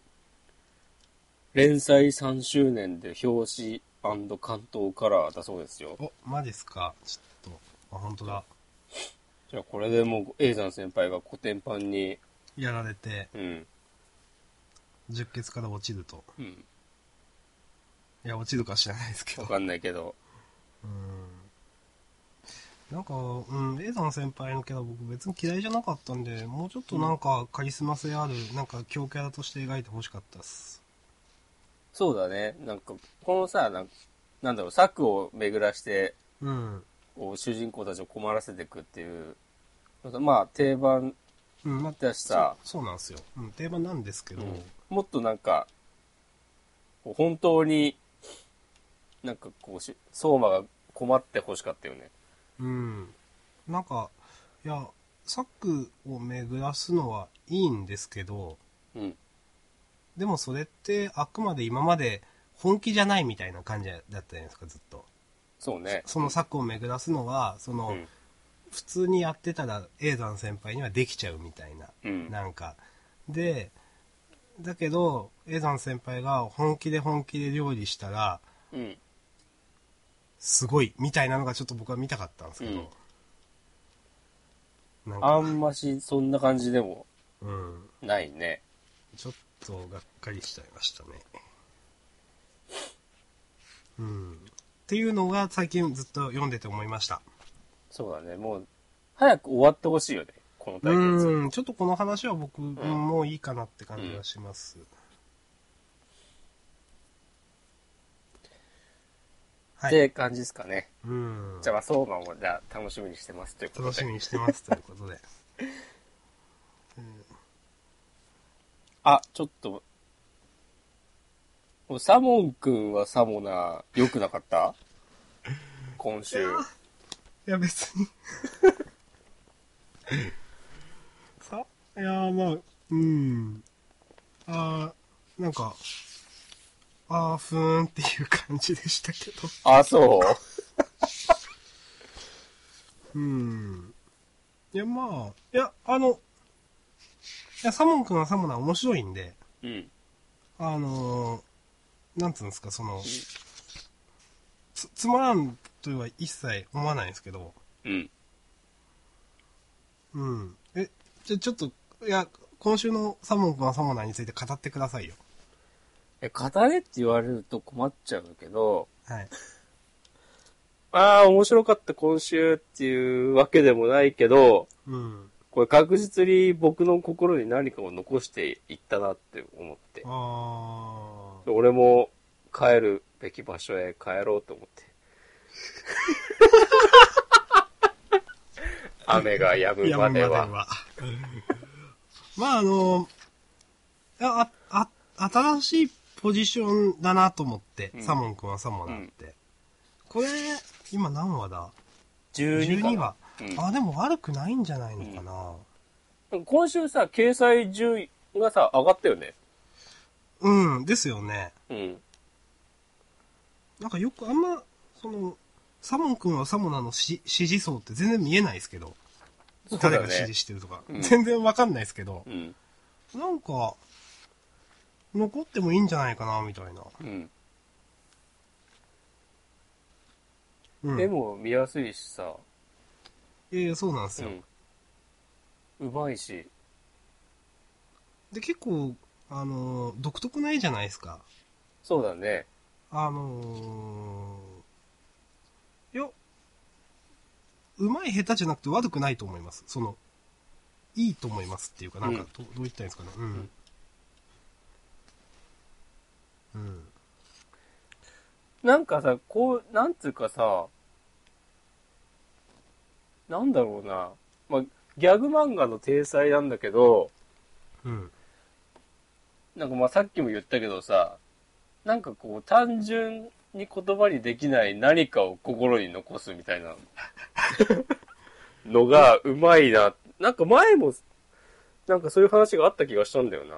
[SPEAKER 1] 連載3周年で表紙関東カラーだそうですよ。
[SPEAKER 2] お、マジっすか。ちょっと、あ、本当だ。
[SPEAKER 1] じゃあこれでもう、エイザン先輩が古典版に、
[SPEAKER 2] やられて、
[SPEAKER 1] うん、
[SPEAKER 2] 十血から落ちると。
[SPEAKER 1] うん、
[SPEAKER 2] いや、落ちるか知らないですけど
[SPEAKER 1] わ。かんないけど、
[SPEAKER 2] なんか、うん、エイザン先輩のキャラ僕別に嫌いじゃなかったんで、もうちょっとなんかカリスマ性ある、なんか強キャラとして描いてほしかったっす。
[SPEAKER 1] そうだね。なんか、このさ、なんなんだろう、策を巡らして、
[SPEAKER 2] うん。
[SPEAKER 1] こう主人公たちを困らせていくっていう、まあ、定番
[SPEAKER 2] うん、まあ
[SPEAKER 1] だしさ、
[SPEAKER 2] そうなんですよ。うん、定番なんですけど、
[SPEAKER 1] もっとなんか、こう本当に、なんかこうし、相馬が困ってほしかったよね。
[SPEAKER 2] うん。なんか、いや、策を巡らすのはいいんですけど、
[SPEAKER 1] うん。
[SPEAKER 2] でもそれってあくまで今まで本気じゃないみたいな感じだったじゃないですか、ずっと。
[SPEAKER 1] そうね。
[SPEAKER 2] その策を巡らすのは、その、
[SPEAKER 1] うん。
[SPEAKER 2] 普通にやってたら永山先輩にはできちゃうみたいな、
[SPEAKER 1] うん
[SPEAKER 2] なんかでだけど永山先輩が本気で本気で料理したら
[SPEAKER 1] うん。
[SPEAKER 2] すごいみたいなのがちょっと僕は見たかったんですけど、なんか
[SPEAKER 1] あんまし、そんな感じでも
[SPEAKER 2] うん
[SPEAKER 1] ないね。
[SPEAKER 2] ちょっとがっかりしちゃいましたねうんっていうのが最近ずっと読んでて思いました
[SPEAKER 1] そうだね。もう、早く終わってほしいよね。この対決。
[SPEAKER 2] うんちょっとこの話は僕もういいかなって感じがします、は
[SPEAKER 1] っ
[SPEAKER 2] い
[SPEAKER 1] て感じですかね。
[SPEAKER 2] うん
[SPEAKER 1] じゃあ、まあ相馬も、じゃあ、楽しみにしてますということで。
[SPEAKER 2] 楽しみにしてますというこ
[SPEAKER 1] (laughs)
[SPEAKER 2] とで
[SPEAKER 1] あ、ちょっと。もうサモン君はサモナー、良くなかった今週。
[SPEAKER 2] いや別に (laughs) さいやーまあうんあーなんかあーふーんっていう感じでしたけど
[SPEAKER 1] あ、そう
[SPEAKER 2] うん。いや、まあ、いや、あの、いや、サモン君はサモナー面白いんで、
[SPEAKER 1] うん。
[SPEAKER 2] あのーなんつうんですか、その、つ、つまらんとは一切思わないんですけど、
[SPEAKER 1] うん。
[SPEAKER 2] うん。え、じゃ、ちょっと、いや、今週のサモン君はサモナーについて語ってくださいよ。
[SPEAKER 1] え、語れって言われると困っちゃうけど、
[SPEAKER 2] はい。
[SPEAKER 1] ああ、面白かった今週っていうわけでもないけど、
[SPEAKER 2] うん。
[SPEAKER 1] これ確実に僕の心に何かを残していったなって思って。
[SPEAKER 2] あー。
[SPEAKER 1] 俺も帰るべき場所へ帰ろうと思 (laughs) って。雨が止むまでは。
[SPEAKER 2] (laughs) まあ、あのーあ、あ、あ、新しいポジションだなと思って、
[SPEAKER 1] うん
[SPEAKER 2] サモン君はサモナーって。これ、今何話だ
[SPEAKER 1] 12か
[SPEAKER 2] 12
[SPEAKER 1] な
[SPEAKER 2] 話。あ、でも悪くないんじゃないのかな。
[SPEAKER 1] うん、今週さ、掲載順位がさ、上がったよね。
[SPEAKER 2] うん、ですよね。
[SPEAKER 1] うん。
[SPEAKER 2] なんかよくあんま、その、サモン君はサモナーのし支持層って全然見えないですけど、
[SPEAKER 1] そうだ
[SPEAKER 2] 誰
[SPEAKER 1] よ
[SPEAKER 2] が支
[SPEAKER 1] ね
[SPEAKER 2] 持。してるとか、
[SPEAKER 1] うん
[SPEAKER 2] 全然わかんないですけど
[SPEAKER 1] う、ん。
[SPEAKER 2] なんか、残ってもいいんじゃないかな、みたいな。
[SPEAKER 1] うん。
[SPEAKER 2] うん。
[SPEAKER 1] 絵も見やすいしさ、
[SPEAKER 2] ええそうなんですよ。
[SPEAKER 1] うん。うまいし、
[SPEAKER 2] で、結構、あのー独特な絵じゃないですか。
[SPEAKER 1] そうだね。
[SPEAKER 2] あのー、いや、うまい下手じゃなくて悪くないと思います。その、いいと思いますっていうか、なんか、
[SPEAKER 1] うん
[SPEAKER 2] どどう言ったらいいんですかね。うん。うん。
[SPEAKER 1] なんかさ、こう、なんつうかさ、なんだろうな。まあ、ギャグ漫画の体裁なんだけど、
[SPEAKER 2] うん。
[SPEAKER 1] なんかまあさっきも言ったけどさ、なんかこう単純に言葉にできない何かを心に残すみたいなのがうまいな。なんか前も、なんかそういう話があった気がしたんだよな。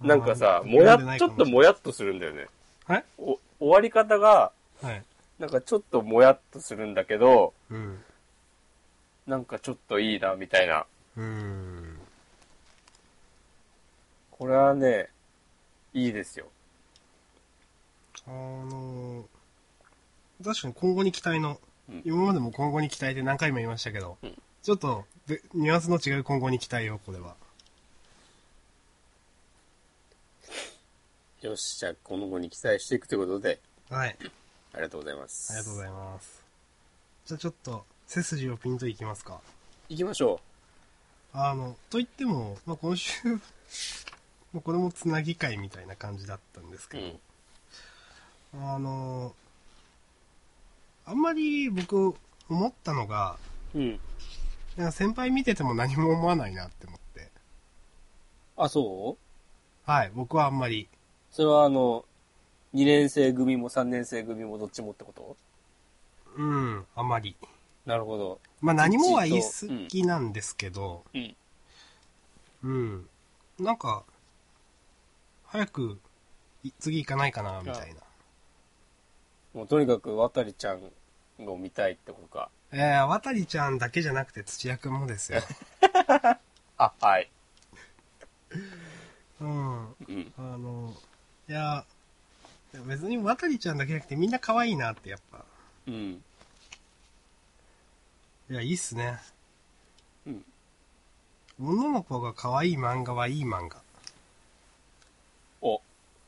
[SPEAKER 1] なんかさ、
[SPEAKER 2] あー
[SPEAKER 1] もや
[SPEAKER 2] 読んでな、い
[SPEAKER 1] ち
[SPEAKER 2] か
[SPEAKER 1] ょっと
[SPEAKER 2] し
[SPEAKER 1] もやっとするんだよね。
[SPEAKER 2] れない
[SPEAKER 1] お終わり方が、
[SPEAKER 2] えはい。
[SPEAKER 1] なんかちょっともやっとするんだけど、
[SPEAKER 2] うん。
[SPEAKER 1] なんかちょっといいな、みたいな。
[SPEAKER 2] うん。
[SPEAKER 1] これはね、いいですよ。
[SPEAKER 2] あのー確かに今後に期待の、
[SPEAKER 1] うん
[SPEAKER 2] 今までも今後に期待で何回も言いましたけど、
[SPEAKER 1] うん
[SPEAKER 2] ちょっとで、ニュアンスの違う今後に期待よ、これは。
[SPEAKER 1] よし、じゃあ今後に記載していくということで、
[SPEAKER 2] はい。
[SPEAKER 1] ありがとうございます。
[SPEAKER 2] ありがとうございます。じゃあちょっと、背筋をピンといきますか。
[SPEAKER 1] 行きましょ
[SPEAKER 2] あの、と言っても、まあ、今週、 (laughs) まあ、これもつなぎ会みたいな感じだったんです
[SPEAKER 1] う。
[SPEAKER 2] けど、あのーあんまり僕、思ったのが、
[SPEAKER 1] うん。
[SPEAKER 2] なんか先輩見てても何も思わないなって思って。
[SPEAKER 1] あ、そう
[SPEAKER 2] はい、僕はあんまり。
[SPEAKER 1] それはあの、2年生組も3年生組もどっちもってこと
[SPEAKER 2] うん、あまり。
[SPEAKER 1] なるほど。
[SPEAKER 2] まあ何もは
[SPEAKER 1] 一応
[SPEAKER 2] 言い過ぎなんですけど、
[SPEAKER 1] うん。
[SPEAKER 2] うん。なんか、早く、い次行かないかな、みたいな。
[SPEAKER 1] もうとにかく渡ちゃんを見たいってことか。
[SPEAKER 2] えー、渡りちゃんだけじゃなくて土屋くんもで
[SPEAKER 1] (laughs)
[SPEAKER 2] すよ。
[SPEAKER 1] あ、はい。
[SPEAKER 2] うん。あ
[SPEAKER 1] うん。
[SPEAKER 2] の、いや、別に渡りちゃんだけじゃなくてみんな可愛いなってやっぱ。
[SPEAKER 1] うん。
[SPEAKER 2] いや、いいっすね。
[SPEAKER 1] うん。
[SPEAKER 2] 女の子が可愛い漫画はいい漫画。
[SPEAKER 1] お、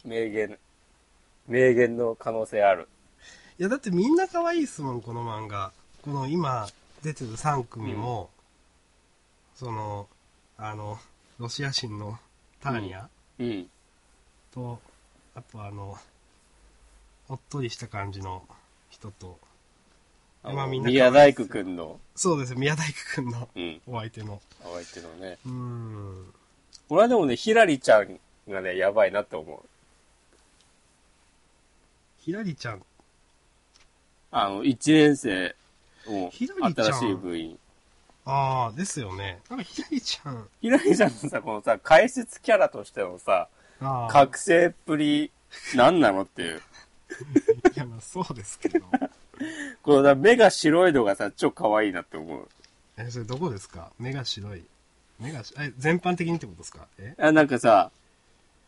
[SPEAKER 1] 名言。名言の可能性ある。
[SPEAKER 2] いや、だってみんな可愛いっすもん、この漫画。この今出てる3組も、その、あの、ロシア人のターニャ
[SPEAKER 1] うん。
[SPEAKER 2] と、あとあの、おっとりした感じの人と、
[SPEAKER 1] あ
[SPEAKER 2] まあ
[SPEAKER 1] の
[SPEAKER 2] みんな可愛い
[SPEAKER 1] 宮大工くんの、
[SPEAKER 2] そうです、宮大工くんの
[SPEAKER 1] うん。
[SPEAKER 2] お相手の。
[SPEAKER 1] 可愛いってのね。
[SPEAKER 2] うーん。
[SPEAKER 1] 俺はでもね、ひらりちゃんがね、やばいなって思う。
[SPEAKER 2] ひらりちゃん。
[SPEAKER 1] あの、1年生を
[SPEAKER 2] ひらりちゃん
[SPEAKER 1] 新しい部員。
[SPEAKER 2] ああ、ですよね。なんかひらりちゃん。
[SPEAKER 1] ひらりちゃんのさ、このさ、解説キャラとしてのさ、
[SPEAKER 2] ああ。
[SPEAKER 1] 覚醒っぷり、なんなのっていう。
[SPEAKER 2] いや、まあそうですけど。
[SPEAKER 1] このさ、目が白いのがさ、超可愛いなって思う。
[SPEAKER 2] え、それどこですか目が白い。目がし、え、全般的にってことですかえ
[SPEAKER 1] あ、なんかさ、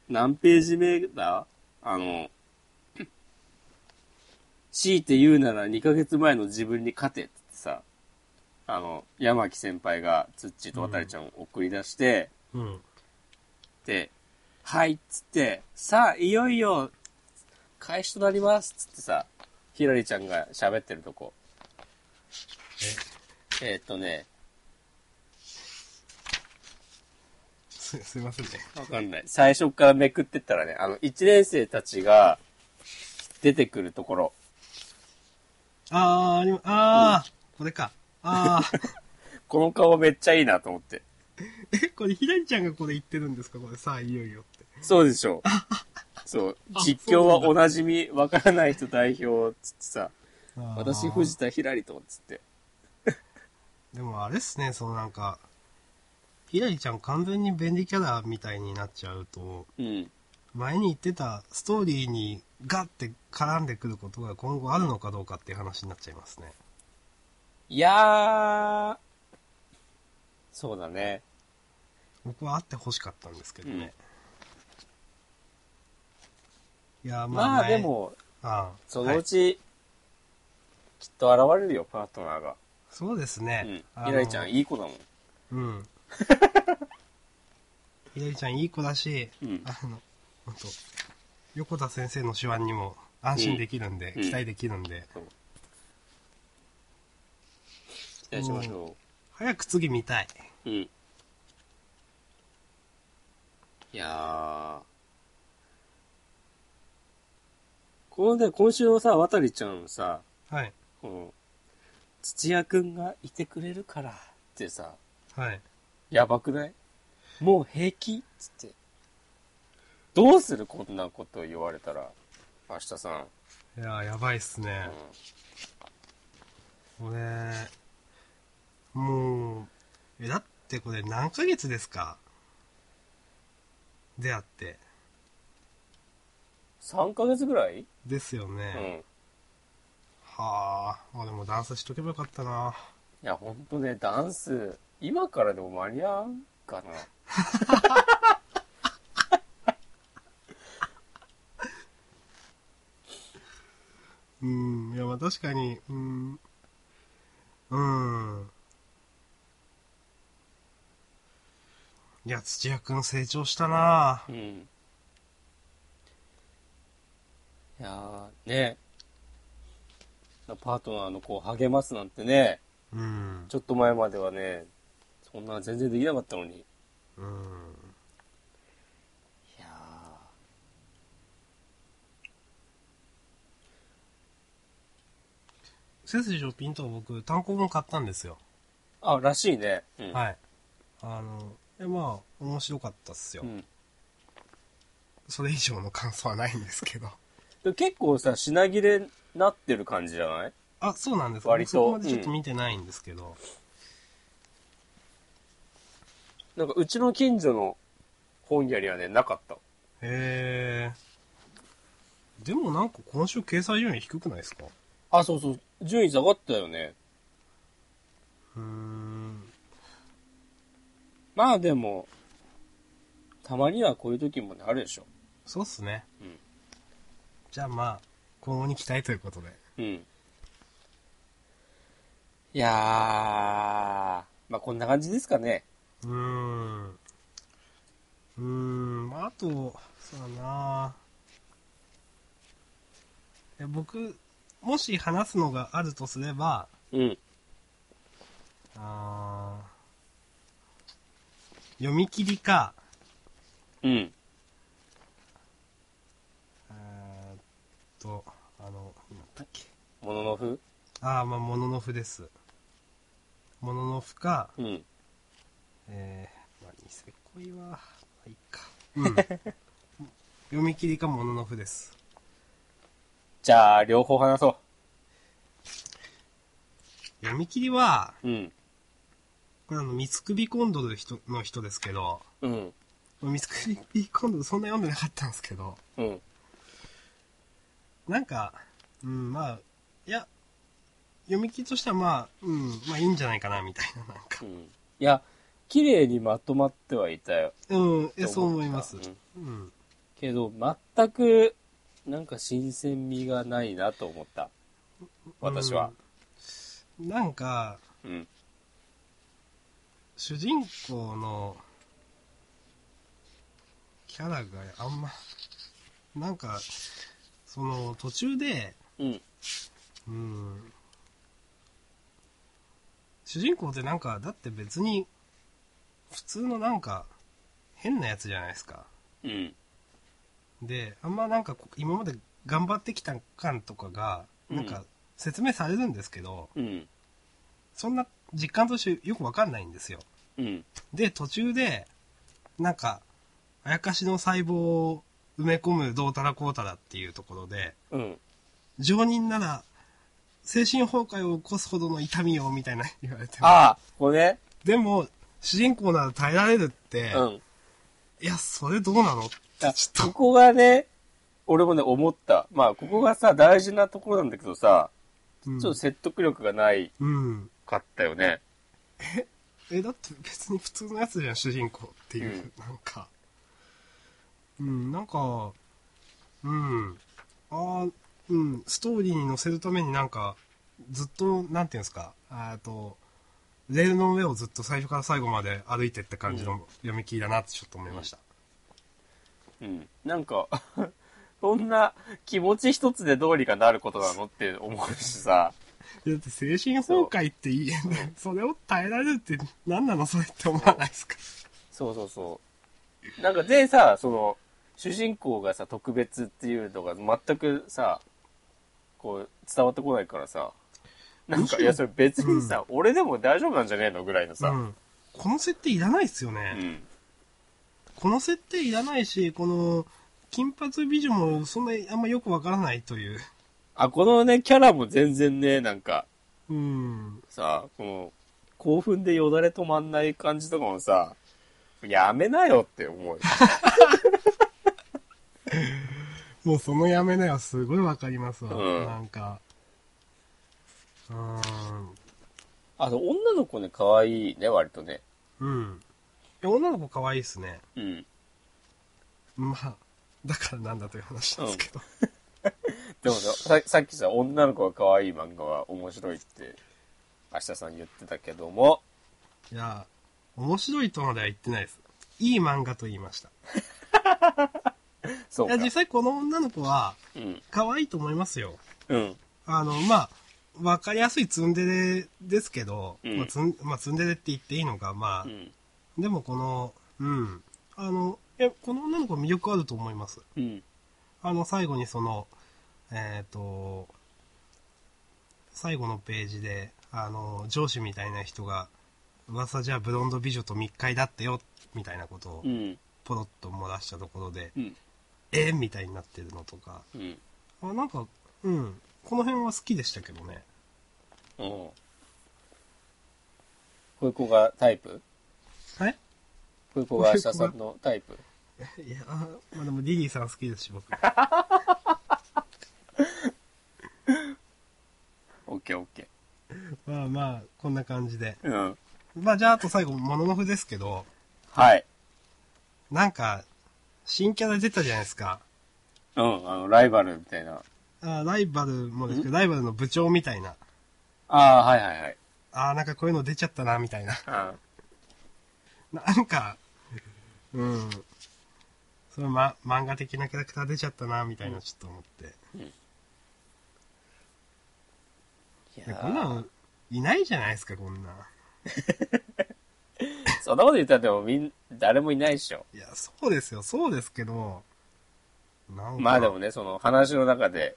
[SPEAKER 1] 何ページ目だあの、強いて言うなら2ヶ月前の自分に勝てってさ、あの、山木先輩がツッチーと渡ちゃんを送り出して、
[SPEAKER 2] うん。
[SPEAKER 1] って、はいっつって、さあ、いよいよ、開始となりますっつってさ、ひらりちゃんが喋ってるとこ。えーっとね、
[SPEAKER 2] す、すいませんね。
[SPEAKER 1] わかんない。最初からめくってったらね、あの、1年生たちが出てくるところ。
[SPEAKER 2] あー、ありまあー、これか。あ (laughs) ー、
[SPEAKER 1] この顔めっちゃいいなと思って。
[SPEAKER 2] え、これ、ひらりちゃんがこれ言ってるんですかこれ、さあ、いよいよって。
[SPEAKER 1] そうでしょう。そう。
[SPEAKER 2] あ
[SPEAKER 1] 実況は
[SPEAKER 2] そうなんだ
[SPEAKER 1] おなじみ、わからない人代表、つってさ、
[SPEAKER 2] あー
[SPEAKER 1] 私、藤田ひらりと、つって。
[SPEAKER 2] でも、あれっすね、そのなんか、ひらりちゃん完全に便利キャラみたいになっちゃうと、
[SPEAKER 1] うん。
[SPEAKER 2] 前に言ってたストーリーにガッて絡んでくることが今後あるのかどうかっていう話になっちゃいますね。
[SPEAKER 1] いやー、そうだね。
[SPEAKER 2] 僕はあってほしかったんですけどね。いやー、まあ、
[SPEAKER 1] まあ
[SPEAKER 2] 前
[SPEAKER 1] で、も、
[SPEAKER 2] あー
[SPEAKER 1] そのう
[SPEAKER 2] はい
[SPEAKER 1] ち、きっと現れるよ、パートナーが。
[SPEAKER 2] そうです
[SPEAKER 1] う
[SPEAKER 2] ね
[SPEAKER 1] ん。。
[SPEAKER 2] あの
[SPEAKER 1] ひらりちゃん、いい子だもん。 (laughs)
[SPEAKER 2] うん。ひらりちゃんいい子だし、
[SPEAKER 1] うん
[SPEAKER 2] あの、ほんと、横田先生の手腕にも安心できるんで、
[SPEAKER 1] うん
[SPEAKER 2] 期待できるんで、
[SPEAKER 1] 期待しましょ
[SPEAKER 2] 早く次見たい。
[SPEAKER 1] う。うん。いやー。このね、今週のさ、渡りちゃんのさ、
[SPEAKER 2] はい。
[SPEAKER 1] この、土屋くんがいてくれるからってさ、
[SPEAKER 2] はい。
[SPEAKER 1] やばくないもう平気つって。どうするこんなこと言われたら、明日さん。
[SPEAKER 2] いやー、やばいっすね。これ、もう、え、だってこれ何ヶ月ですか出会って。
[SPEAKER 1] 3ヶ月ぐらい、
[SPEAKER 2] ですよね。
[SPEAKER 1] うん。い
[SPEAKER 2] はあ、俺もダンスしとけばよかったな。
[SPEAKER 1] や、ほんとね、ダンス、今からでも間に合うかな。
[SPEAKER 2] うん、いや、まあ確かに、うん、うん。いや、土屋くん成長したな
[SPEAKER 1] うん。いやー、ね。パートナーの子を励ますなんてね、
[SPEAKER 2] うん、
[SPEAKER 1] ちょっと前まではね、そんな全然できなかったのに。
[SPEAKER 2] うん。
[SPEAKER 1] いや
[SPEAKER 2] 背筋をピンと僕、単行本買ったんですよ。
[SPEAKER 1] ーあ、らしいね。うん。
[SPEAKER 2] はい。あの、え、まあ、面白かったっすよ。
[SPEAKER 1] うん
[SPEAKER 2] それ以上の感想はないんですけど。
[SPEAKER 1] で結構さ、品切れなってる感じじゃない
[SPEAKER 2] あ、そうなんですか
[SPEAKER 1] 割と
[SPEAKER 2] そこまでちょっと見てないんですけど。
[SPEAKER 1] なんかうちの近所の本屋にはね、なかった。
[SPEAKER 2] へえ。でもなんか今週掲載順位低くないですか
[SPEAKER 1] あ、そうそう。順位下がったよね。
[SPEAKER 2] うーん。
[SPEAKER 1] まあでも、たまにはこういう時もね、あるでしょ。
[SPEAKER 2] そうっすね。
[SPEAKER 1] うん
[SPEAKER 2] じゃあまあ、今後に期待ということで。
[SPEAKER 1] うん。いやー、まあこんな感じですかね。
[SPEAKER 2] うーん。うーん、まああと、そうだなえ僕、もし話すのがあるとすれば、
[SPEAKER 1] うん。
[SPEAKER 2] あー読み切りか、
[SPEAKER 1] うん。
[SPEAKER 2] えーっと、あの、今だっけ。
[SPEAKER 1] もののふ
[SPEAKER 2] ああ、まあ、もののふです。もののふか、
[SPEAKER 1] うん。
[SPEAKER 2] えー、まあ、ニセ恋は、まあ、いいか。うん。読み切りかもののふです。
[SPEAKER 1] じゃあ、両方話そ
[SPEAKER 2] 読み切りは、
[SPEAKER 1] う。うん。
[SPEAKER 2] これあの、三つ首コンドルの人の人ですけど、
[SPEAKER 1] うん。
[SPEAKER 2] 三つ首コンドルそんな読んでなかったんですけど、
[SPEAKER 1] うん。
[SPEAKER 2] なんか、うん、まあ、いや、読み切りとしてはまあ、うん、まあいいんじゃないかな、みたいな、なんか
[SPEAKER 1] う。ん。いや、綺麗にまとまってはいたよ。
[SPEAKER 2] うん、え、そう思います。
[SPEAKER 1] うん
[SPEAKER 2] うん。
[SPEAKER 1] けど全くなんか新鮮味がないなと思った私は
[SPEAKER 2] なんか、
[SPEAKER 1] うん
[SPEAKER 2] 主人公のキャラがあんま、なんか、その途中で、
[SPEAKER 1] うん
[SPEAKER 2] うん、主人公ってなんか、だって別に、普通のなんか、変なやつじゃないですか。
[SPEAKER 1] うん
[SPEAKER 2] で、あんまなんかこ今まで頑張ってきた感とかが、なん
[SPEAKER 1] う
[SPEAKER 2] か説明されるんですけど、
[SPEAKER 1] うん
[SPEAKER 2] そんな実感としてよくわかんないんですよ。
[SPEAKER 1] うん
[SPEAKER 2] で、途中で、なんか、あやかしの細胞を埋め込むどうたらこうたらっていうところで、
[SPEAKER 1] うん
[SPEAKER 2] 常人なら、精神崩壊を起こすほどの痛みよ、みたいな言われても
[SPEAKER 1] ああこれね
[SPEAKER 2] でも、主人公なら耐えられるって、
[SPEAKER 1] うん
[SPEAKER 2] いや、それどうなのって
[SPEAKER 1] あ
[SPEAKER 2] ちょ
[SPEAKER 1] こ
[SPEAKER 2] っと、
[SPEAKER 1] こがね俺もね思ったまあここがさ大事なところなんだけどさ
[SPEAKER 2] う
[SPEAKER 1] ちょ
[SPEAKER 2] ん
[SPEAKER 1] っと説得力がない
[SPEAKER 2] うん。
[SPEAKER 1] かったよね
[SPEAKER 2] え、だって別に普通のやつじゃん、主人公っていう、なんか。うん、なんか、うん。ああ、うん、ストーリーに載せるためになんか、ずっと、なんていうんですか、あーと、レールの上をずっと最初から最後まで歩いてって感じの読み切りだなってちょっと思いました。
[SPEAKER 1] うん。なんか、 (laughs) そんな気持ち一つでどうにかなることなのって思うしさ。
[SPEAKER 2] だって精神崩壊っていい、それを耐えられるって何なのそれって思わないですか
[SPEAKER 1] そうそうそう。なんか全員さ、その、主人公がさ、特別っていうのが全くさ、こう、伝わってこないからさ、なんか、いや、それ別にさ、俺でも大丈夫なんじゃねえのぐらいのさ、
[SPEAKER 2] うん。この設定いらないですよね。
[SPEAKER 1] うん。
[SPEAKER 2] この設定いらないし、この、金髪美女もそんなにあんまよくわからないという。
[SPEAKER 1] あ、このね、キャラも全然ね、なんか、
[SPEAKER 2] うん。
[SPEAKER 1] さ、この、興奮でよだれ止まんない感じとかもさ、やめなよって思うよ。
[SPEAKER 2] もうそのやめなよ、すごいわかりますわ。
[SPEAKER 1] うん
[SPEAKER 2] なんか。うーん。
[SPEAKER 1] あと、女の子ね、可愛いね、割とね。
[SPEAKER 2] うん。いや女の子可愛いですね。
[SPEAKER 1] うん。
[SPEAKER 2] まあ、だからなんだという話なんですけど。
[SPEAKER 1] でもさ、ささっきさ、女の子が可愛い漫画は面白いって、明日さん言ってたけども、
[SPEAKER 2] いや、面白いとまでは言ってないです。いい漫画と言いました。
[SPEAKER 1] そう
[SPEAKER 2] い
[SPEAKER 1] か。
[SPEAKER 2] や、実際この女の子は、
[SPEAKER 1] うん。
[SPEAKER 2] 可愛いと思いますよ。
[SPEAKER 1] うん。
[SPEAKER 2] あの、まあ、わかりやすいツンデレですけど、
[SPEAKER 1] うん
[SPEAKER 2] まあツン、まあ、ツンデレって言っていいのか、まあ、
[SPEAKER 1] うん。
[SPEAKER 2] でもこの、うん。あの、え、この女の子魅力あると思います。
[SPEAKER 1] うん。
[SPEAKER 2] あの、最後にその、えっ、と、最後のページで、あの、上司みたいな人が、噂じゃブロンド美女と密会だってよ、みたいなことを
[SPEAKER 1] うん。
[SPEAKER 2] ポロッと漏らしたところで、
[SPEAKER 1] うん。
[SPEAKER 2] えみたいになってるのとか、
[SPEAKER 1] うん。
[SPEAKER 2] あ、なんか、うん、この辺は好きでしたけどね。
[SPEAKER 1] こういう子がタイプ
[SPEAKER 2] はい
[SPEAKER 1] こういう子が明日さんのタイプ
[SPEAKER 2] いや、あまあでもリリーさん好きですし、僕。 (laughs)
[SPEAKER 1] オッケーオッケ
[SPEAKER 2] まあまあ、こんな感じで。
[SPEAKER 1] ー。うん。
[SPEAKER 2] まあじゃあ、あと最後、モノノフですけど、
[SPEAKER 1] はい。
[SPEAKER 2] なんか、新キャラ出たじゃないですか。
[SPEAKER 1] うん。あの、ライバルみたいな。
[SPEAKER 2] あライバルもですけど、ライバルの部長みたいな。
[SPEAKER 1] ああ、はいはいはい。
[SPEAKER 2] ああ、なんかこういうの出ちゃったな、みたいな。 (laughs)
[SPEAKER 1] あ
[SPEAKER 2] なんか、うん。そのま、漫画的なキャラクター出ちゃったな、みたいな、ちょっと思って。
[SPEAKER 1] いや
[SPEAKER 2] でこんな
[SPEAKER 1] ー
[SPEAKER 2] の、いないじゃないですか、こんな。
[SPEAKER 1] そんなこと言ったらでもみん、誰もいないでしょ。
[SPEAKER 2] いや、そうですよ、そうですけど、なんか
[SPEAKER 1] まあでもね、その話の中で、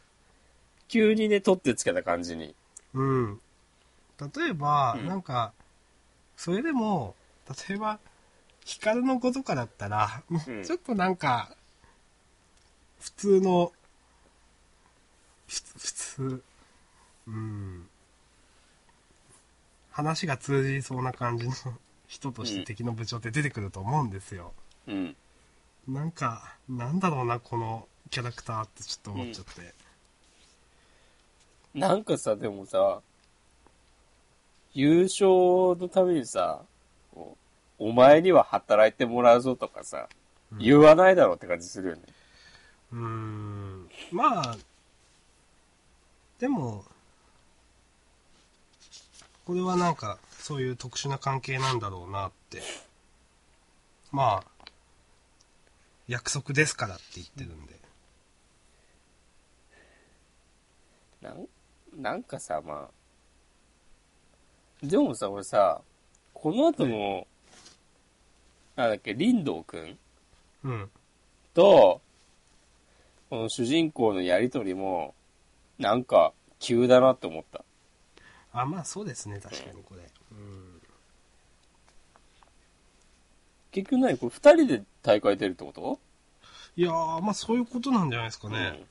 [SPEAKER 1] 急にね、取ってつけた感じに。
[SPEAKER 2] うん。例えば、
[SPEAKER 1] うん
[SPEAKER 2] なんか、それでも、例えば、ヒカルの子とかだったら、も
[SPEAKER 1] う
[SPEAKER 2] うん (laughs) ちょっとなんか、普通の、ふつ普通、うん。話が通じそうな感じの人とし
[SPEAKER 1] うん
[SPEAKER 2] て敵の部長って出てくると思うんですよ。
[SPEAKER 1] うん。
[SPEAKER 2] なんか、なんだろうな、このキャラクターってちょっと思っちゃって。
[SPEAKER 1] なんかさ、でもさ、優勝のためにさ、こうお前には働いてもらうぞとかさ、
[SPEAKER 2] うん
[SPEAKER 1] 言わないだろうって感じするよね。
[SPEAKER 2] うーんまあ、でも、これはなんか、そういう特殊な関係なんだろうなって。まあ、約束ですからって言ってるんで。
[SPEAKER 1] なん、なんかさ、まあ。でもさ、俺さ、この後の、なんだっけ、林道くん
[SPEAKER 2] うん。
[SPEAKER 1] と、この主人公のやりとりも、なんか、急だなって思った。
[SPEAKER 2] あ、まあそうですね、確かにこれ。うん。
[SPEAKER 1] 結局何これ二人で大会出るってこと
[SPEAKER 2] いやー、まあそういうことなんじゃないですかね。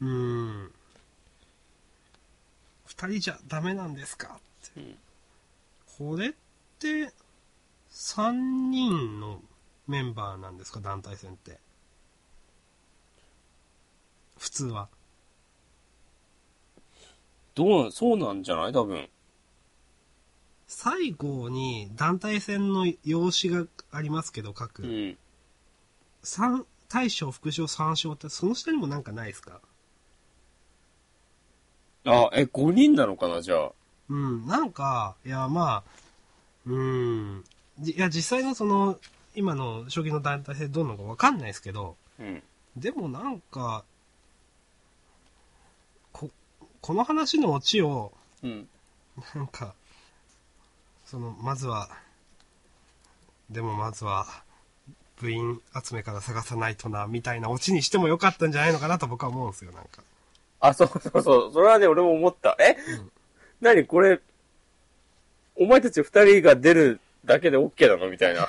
[SPEAKER 2] うーん。二人じゃダメなんですかって。
[SPEAKER 1] うん。うん
[SPEAKER 2] これって、3人のメンバーなんですか、団体戦って。普通は。
[SPEAKER 1] どうなん、そうなんじゃない多分。
[SPEAKER 2] 最後に団体戦の用紙がありますけど、
[SPEAKER 1] う
[SPEAKER 2] 各。
[SPEAKER 1] ん。
[SPEAKER 2] 三大将、副将、三将って、その下にもなんかないですか
[SPEAKER 1] あ、え、5人なのかな、じゃあ。
[SPEAKER 2] うん、なんか、いや、まあ、うん、じいや、実際のその、今の将棋の団体戦どうなのかわかんないですけど、
[SPEAKER 1] うん。
[SPEAKER 2] でもなんか、こ、この話のオチを、
[SPEAKER 1] うん。
[SPEAKER 2] なんか、その、まずは、でもまずは、部員集めから探さないとな、みたいなオチにしてもよかったんじゃないのかなと僕は思うんですよ、なんか。
[SPEAKER 1] あ、そうそうそう。それはね、俺も思った。え、
[SPEAKER 2] うん
[SPEAKER 1] なにこれ、お前たち二人が出るだけで OK なのみたいな。
[SPEAKER 2] い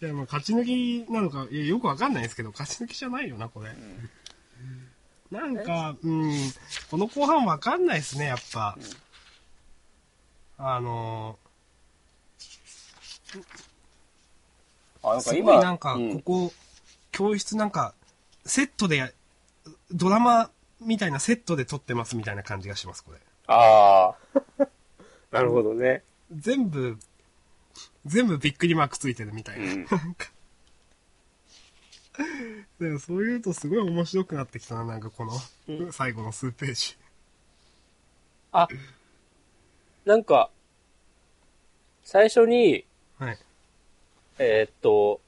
[SPEAKER 2] や、まあ、勝ち抜きなのか、いや、よくわかんないですけど、勝ち抜きじゃないよな、これ。なんか、うん、この後半わかんないですね、やっぱ。あの
[SPEAKER 1] (laughs) あ、なんか
[SPEAKER 2] ー、す
[SPEAKER 1] 今、
[SPEAKER 2] ごいなんか、
[SPEAKER 1] うん
[SPEAKER 2] ここ、教室なんか、セットでや、ドラマみたいなセットで撮ってますみたいな感じがします、これ。
[SPEAKER 1] ああ。 (laughs) なるほどね。
[SPEAKER 2] 全部、全部びっくりマークついてるみたいな。
[SPEAKER 1] うん
[SPEAKER 2] なんか。でもそういうとすごい面白くなってきたな、なんかこ
[SPEAKER 1] う
[SPEAKER 2] の、最後の数ページ。
[SPEAKER 1] あ、なんか、最初に、
[SPEAKER 2] はい。
[SPEAKER 1] えーっと、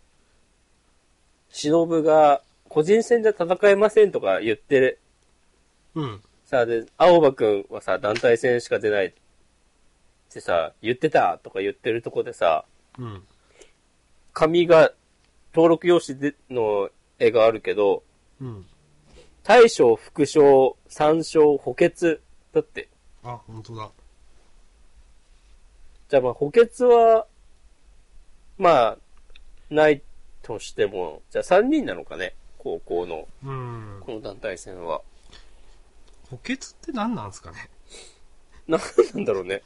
[SPEAKER 1] 忍が、個人戦じゃ戦えませんとか言って、
[SPEAKER 2] うん。
[SPEAKER 1] さ、で、青葉くんはさ、団体戦しか出ないってさ、言ってたとか言ってるとこでさ、
[SPEAKER 2] うん。
[SPEAKER 1] 紙が、登録用紙での絵があるけど、
[SPEAKER 2] うん。
[SPEAKER 1] 大将、副将、三将、補欠だって。
[SPEAKER 2] あ、本当だ。
[SPEAKER 1] じゃあまあ補欠は、まあ、ないとしても、じゃあ3人なのかね高校の、
[SPEAKER 2] うん。
[SPEAKER 1] この団体戦は。 (laughs)
[SPEAKER 2] 補欠って何なんですかね。
[SPEAKER 1] なんなんだろうね。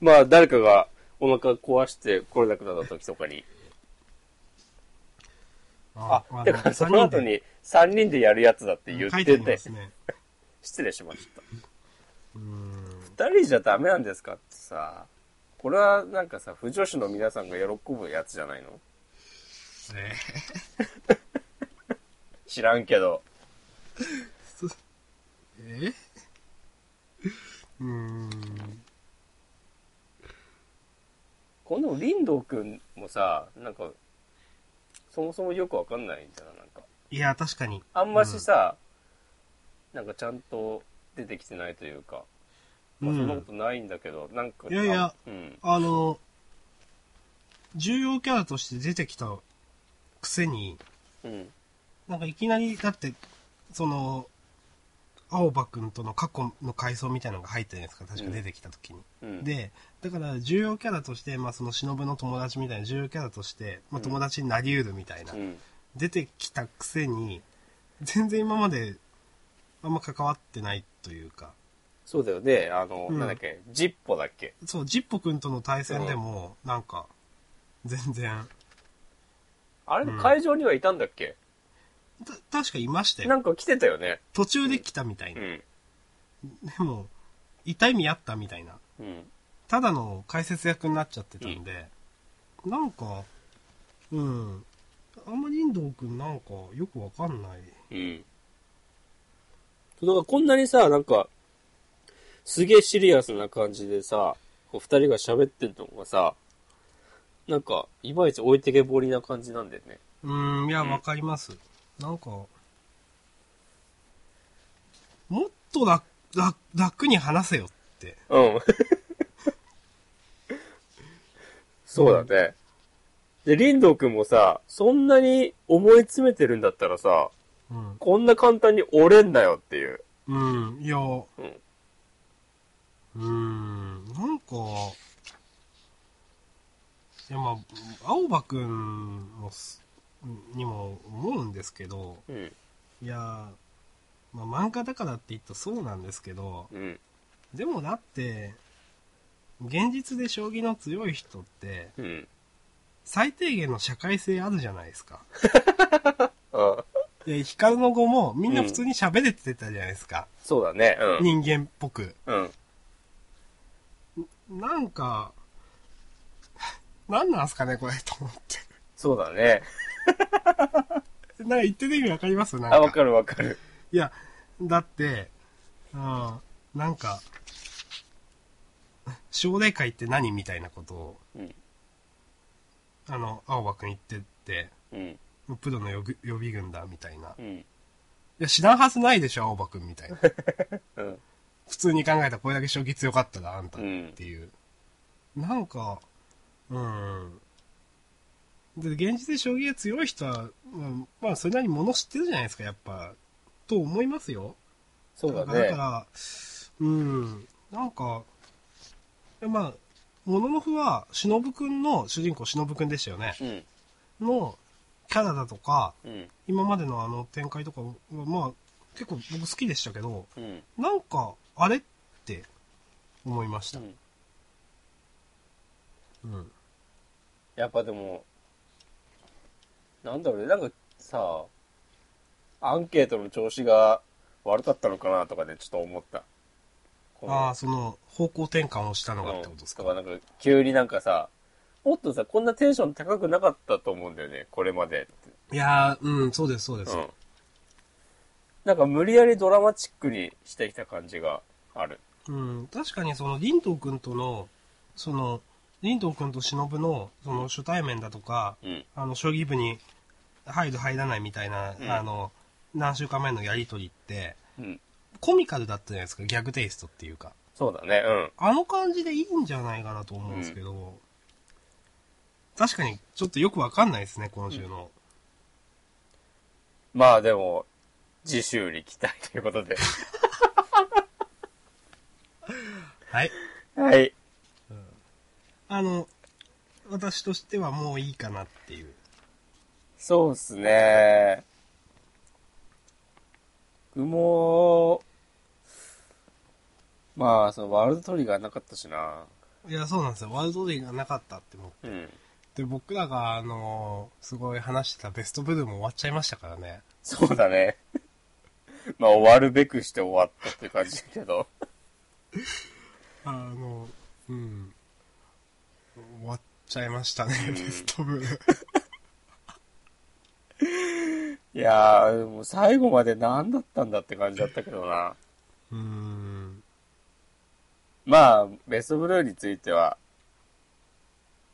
[SPEAKER 1] まあ誰かがお腹壊して来れなくなった時とかに。あ、てかその後に3人でやるやつだって言っ
[SPEAKER 2] 書い
[SPEAKER 1] て
[SPEAKER 2] ありま
[SPEAKER 1] て、
[SPEAKER 2] すね。
[SPEAKER 1] 失礼しました。
[SPEAKER 2] うん。
[SPEAKER 1] 2人じゃダメなんですかってさ、これはなんかさ、不女子の皆さんが喜ぶやつじゃないの
[SPEAKER 2] え
[SPEAKER 1] 知らんけど。
[SPEAKER 2] えうん。
[SPEAKER 1] この林道くんもさ、なんか、そもそもよくわかんないんだな、なんか。
[SPEAKER 2] いや、確かに。
[SPEAKER 1] あんましさ、なんかちゃんと出てきてないというか、まあ、
[SPEAKER 2] うん
[SPEAKER 1] そんなことないんだけど、なんか、
[SPEAKER 2] いやいや
[SPEAKER 1] あうん。
[SPEAKER 2] あの、重要キャラとして出てきたくせに、
[SPEAKER 1] うん。
[SPEAKER 2] なんかいきなり、だって、その、青葉くんとの過去の回想みたいなのが入ったじゃないですか、確か出てきた時に。
[SPEAKER 1] うん。、
[SPEAKER 2] で、だから重要キャラとして、まあその忍の友達みたいな重要キャラとして、まあ友達になり得るみたいな、
[SPEAKER 1] うん。
[SPEAKER 2] 出てきたくせに、全然今まであんま関わってないというか、
[SPEAKER 1] そうだよね。あの、
[SPEAKER 2] うん
[SPEAKER 1] なんだっけ、ジッポだっけ。
[SPEAKER 2] そう、ジッポくんとの対戦でも、なんか、全然、
[SPEAKER 1] あれ
[SPEAKER 2] う
[SPEAKER 1] の
[SPEAKER 2] ん
[SPEAKER 1] 会場にはいたんだっけ、
[SPEAKER 2] た確かいました
[SPEAKER 1] な
[SPEAKER 2] よ。
[SPEAKER 1] んか来てたよね。
[SPEAKER 2] 途中で来たみたいうな。
[SPEAKER 1] ん。
[SPEAKER 2] でも、痛い目あったみたいな。
[SPEAKER 1] うん。
[SPEAKER 2] ただの解説役になっちゃってたんで、なんか、うん。あんまりインドくんなんかよくわかんない。
[SPEAKER 1] うん。だからこんなにさ、なんか、すげえシリアスな感じでさ、こう二人が喋ってるのがさ、なんか、いまいち置いてけぼりな感じなんだよね。
[SPEAKER 2] うん、いや、
[SPEAKER 1] うん
[SPEAKER 2] わかります。なんか、もっと楽、楽、楽に話せよって。
[SPEAKER 1] うん。 (laughs) そうだね。で、リンドウ君もさ、そんなに思い詰めてるんだったらさ、
[SPEAKER 2] うん。
[SPEAKER 1] こんな簡単に折れんなよっていう。
[SPEAKER 2] うん、いや、
[SPEAKER 1] うん。
[SPEAKER 2] うん、なんか、いや、まあ、青葉くんもす、にも思うんですけど、
[SPEAKER 1] うん。
[SPEAKER 2] いやー、まあ、漫画だからって言ったらそうなんですけど、
[SPEAKER 1] うん。
[SPEAKER 2] でもだって、現実で将棋の強い人って、
[SPEAKER 1] うん。
[SPEAKER 2] 最低限の社会性あるじゃないですか。
[SPEAKER 1] あ
[SPEAKER 2] で、ヒカルの語もみんな普通に喋れてたじゃないですか。
[SPEAKER 1] そうだね。うん。
[SPEAKER 2] 人間っぽく。
[SPEAKER 1] うん。
[SPEAKER 2] なんか、なんなんすかね、これ、と思っ
[SPEAKER 1] そうだね。
[SPEAKER 2] て。なんか言ってる意味わかりますなん
[SPEAKER 1] あ、わ
[SPEAKER 2] か。
[SPEAKER 1] かるわかる。
[SPEAKER 2] いや、だって、ああ、なんか、奨励会って何みたいなことを、
[SPEAKER 1] うん。
[SPEAKER 2] あの、青葉くん言ってって、
[SPEAKER 1] うん。
[SPEAKER 2] プロの予備予備軍だみたいな。い
[SPEAKER 1] うん。
[SPEAKER 2] や、知らんはずないでしょ、青葉くんみたいな。
[SPEAKER 1] うん。
[SPEAKER 2] 普通に考えたらこれだけ将棋強かったらあんたっ
[SPEAKER 1] うん
[SPEAKER 2] ていう。なんか、うん。で、現実で将棋が強い人は、うんまあ、それなりに物知ってるじゃないですか、やっぱ。と思いますよ。
[SPEAKER 1] そうだ
[SPEAKER 2] だか
[SPEAKER 1] ね。
[SPEAKER 2] ら、うん、なんか、まあ、もののふは、しのぶくんの、主人公しのぶくんでしたよね。
[SPEAKER 1] うん。
[SPEAKER 2] のキャラだとか、
[SPEAKER 1] うん。
[SPEAKER 2] 今までのあの展開とかは、まあ、結構僕好きでしたけど、
[SPEAKER 1] うん。
[SPEAKER 2] なんか、あれって思いました。うん。
[SPEAKER 1] やっぱでも、なんだろうね、なんかさ、アンケートの調子が悪かったのかなとかでちょっと思った。この
[SPEAKER 2] ああ、その、方向転換をしたのがってことですか。
[SPEAKER 1] うんだからなんか急になんかさ、もっとさ、こんなテンション高くなかったと思うんだよね、これまでって。
[SPEAKER 2] いやー、うん、そうです、そうです。
[SPEAKER 1] うん。なんか無理やりドラマチックにしてきた感じがある。
[SPEAKER 2] うん、確かにその、凛東くんとの、その、凛東くんと忍の、その、初対面だとか、
[SPEAKER 1] うん。
[SPEAKER 2] あの、将棋部に入る入らないみたいな、
[SPEAKER 1] うん
[SPEAKER 2] あの、何週間前のやりとりって、
[SPEAKER 1] うん。
[SPEAKER 2] コミカルだったじゃないですか、ギャグテイストっていうか。
[SPEAKER 1] そうだね、うん。
[SPEAKER 2] あの感じでいいんじゃないかなと思うんですけど、確かにちょっとよくわかんないですね、今週の。
[SPEAKER 1] まあでも、自習に期待という (laughs) ことで。
[SPEAKER 2] はい。
[SPEAKER 1] はい。
[SPEAKER 2] あの、私としてはもういいかなっていう。
[SPEAKER 1] そうっすね。僕も、まあ、そのワールドトリガーなかったしな。
[SPEAKER 2] いや、そうなんですよ。ワールドデーがなかったっても。
[SPEAKER 1] うん。
[SPEAKER 2] で、僕らが、あのすごい話してたベストブルーも終わっちゃいましたからね。
[SPEAKER 1] そうだね。 (laughs) まあ、終わるべくして終わったっていう感じだけ (laughs) ど。
[SPEAKER 2] あの、うん。終わっちゃいましたね、ベス (laughs) トブルー。
[SPEAKER 1] いやー、もう最後まで何だったんだって感じだったけどな。
[SPEAKER 2] うーん。
[SPEAKER 1] まあ、ベストブルーについては、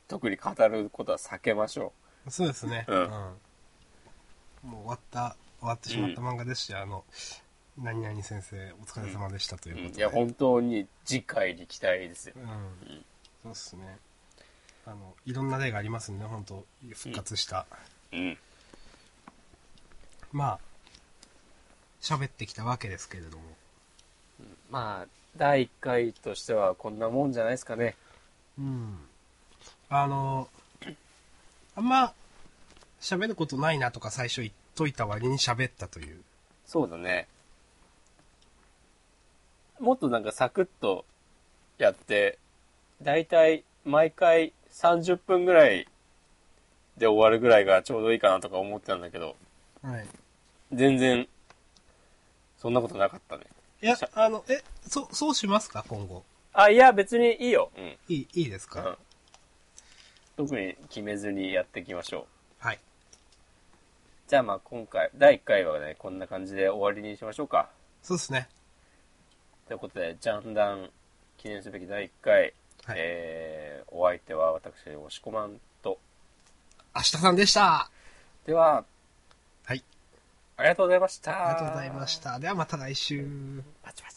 [SPEAKER 1] 特に語ることは避けましょ
[SPEAKER 2] そうですね。
[SPEAKER 1] うん
[SPEAKER 2] もう終わった、終わってしまった漫画ですし、あの、何々先生、お疲れ様でしたと
[SPEAKER 1] う。
[SPEAKER 2] いううんこ、と
[SPEAKER 1] い
[SPEAKER 2] で。
[SPEAKER 1] や、本当に次回に期待ですよ。
[SPEAKER 2] うん。そうですね。あの、いろんな例がありますんで、本当復活した。
[SPEAKER 1] うん。
[SPEAKER 2] まあ、喋ってきたわけですけれども。
[SPEAKER 1] まあ、第1回としてはこんなもんじゃないですかね。
[SPEAKER 2] うん。あの、あんま、喋ることないなとか最初言っといた割に喋ったという。
[SPEAKER 1] そうだね。もっとなんかサクッとやって、だいたい毎回30分ぐらいで終わるぐらいがちょうどいいかなとか思ってたんだけど、
[SPEAKER 2] はい。
[SPEAKER 1] 全然、そんなことなかったね。
[SPEAKER 2] いや、あの、え、そ、そうしますか今後。
[SPEAKER 1] あ、いや、別にいいよ。うん。
[SPEAKER 2] いい、いいですか、
[SPEAKER 1] うん特に決めずにやっていきましょう。
[SPEAKER 2] はい。
[SPEAKER 1] じゃあまあ今回、第1回はね、こんな感じで終わりにしましょうか。
[SPEAKER 2] そうですね。
[SPEAKER 1] ということで、ジャンダン記念すべき第1回、
[SPEAKER 2] はい
[SPEAKER 1] えー、お相手は私、押し込まんと。
[SPEAKER 2] 明日さんでした。
[SPEAKER 1] では、
[SPEAKER 2] はい。
[SPEAKER 1] ありがとうございました。
[SPEAKER 2] ありがとうございました。ではまた来週。
[SPEAKER 1] パチパチ。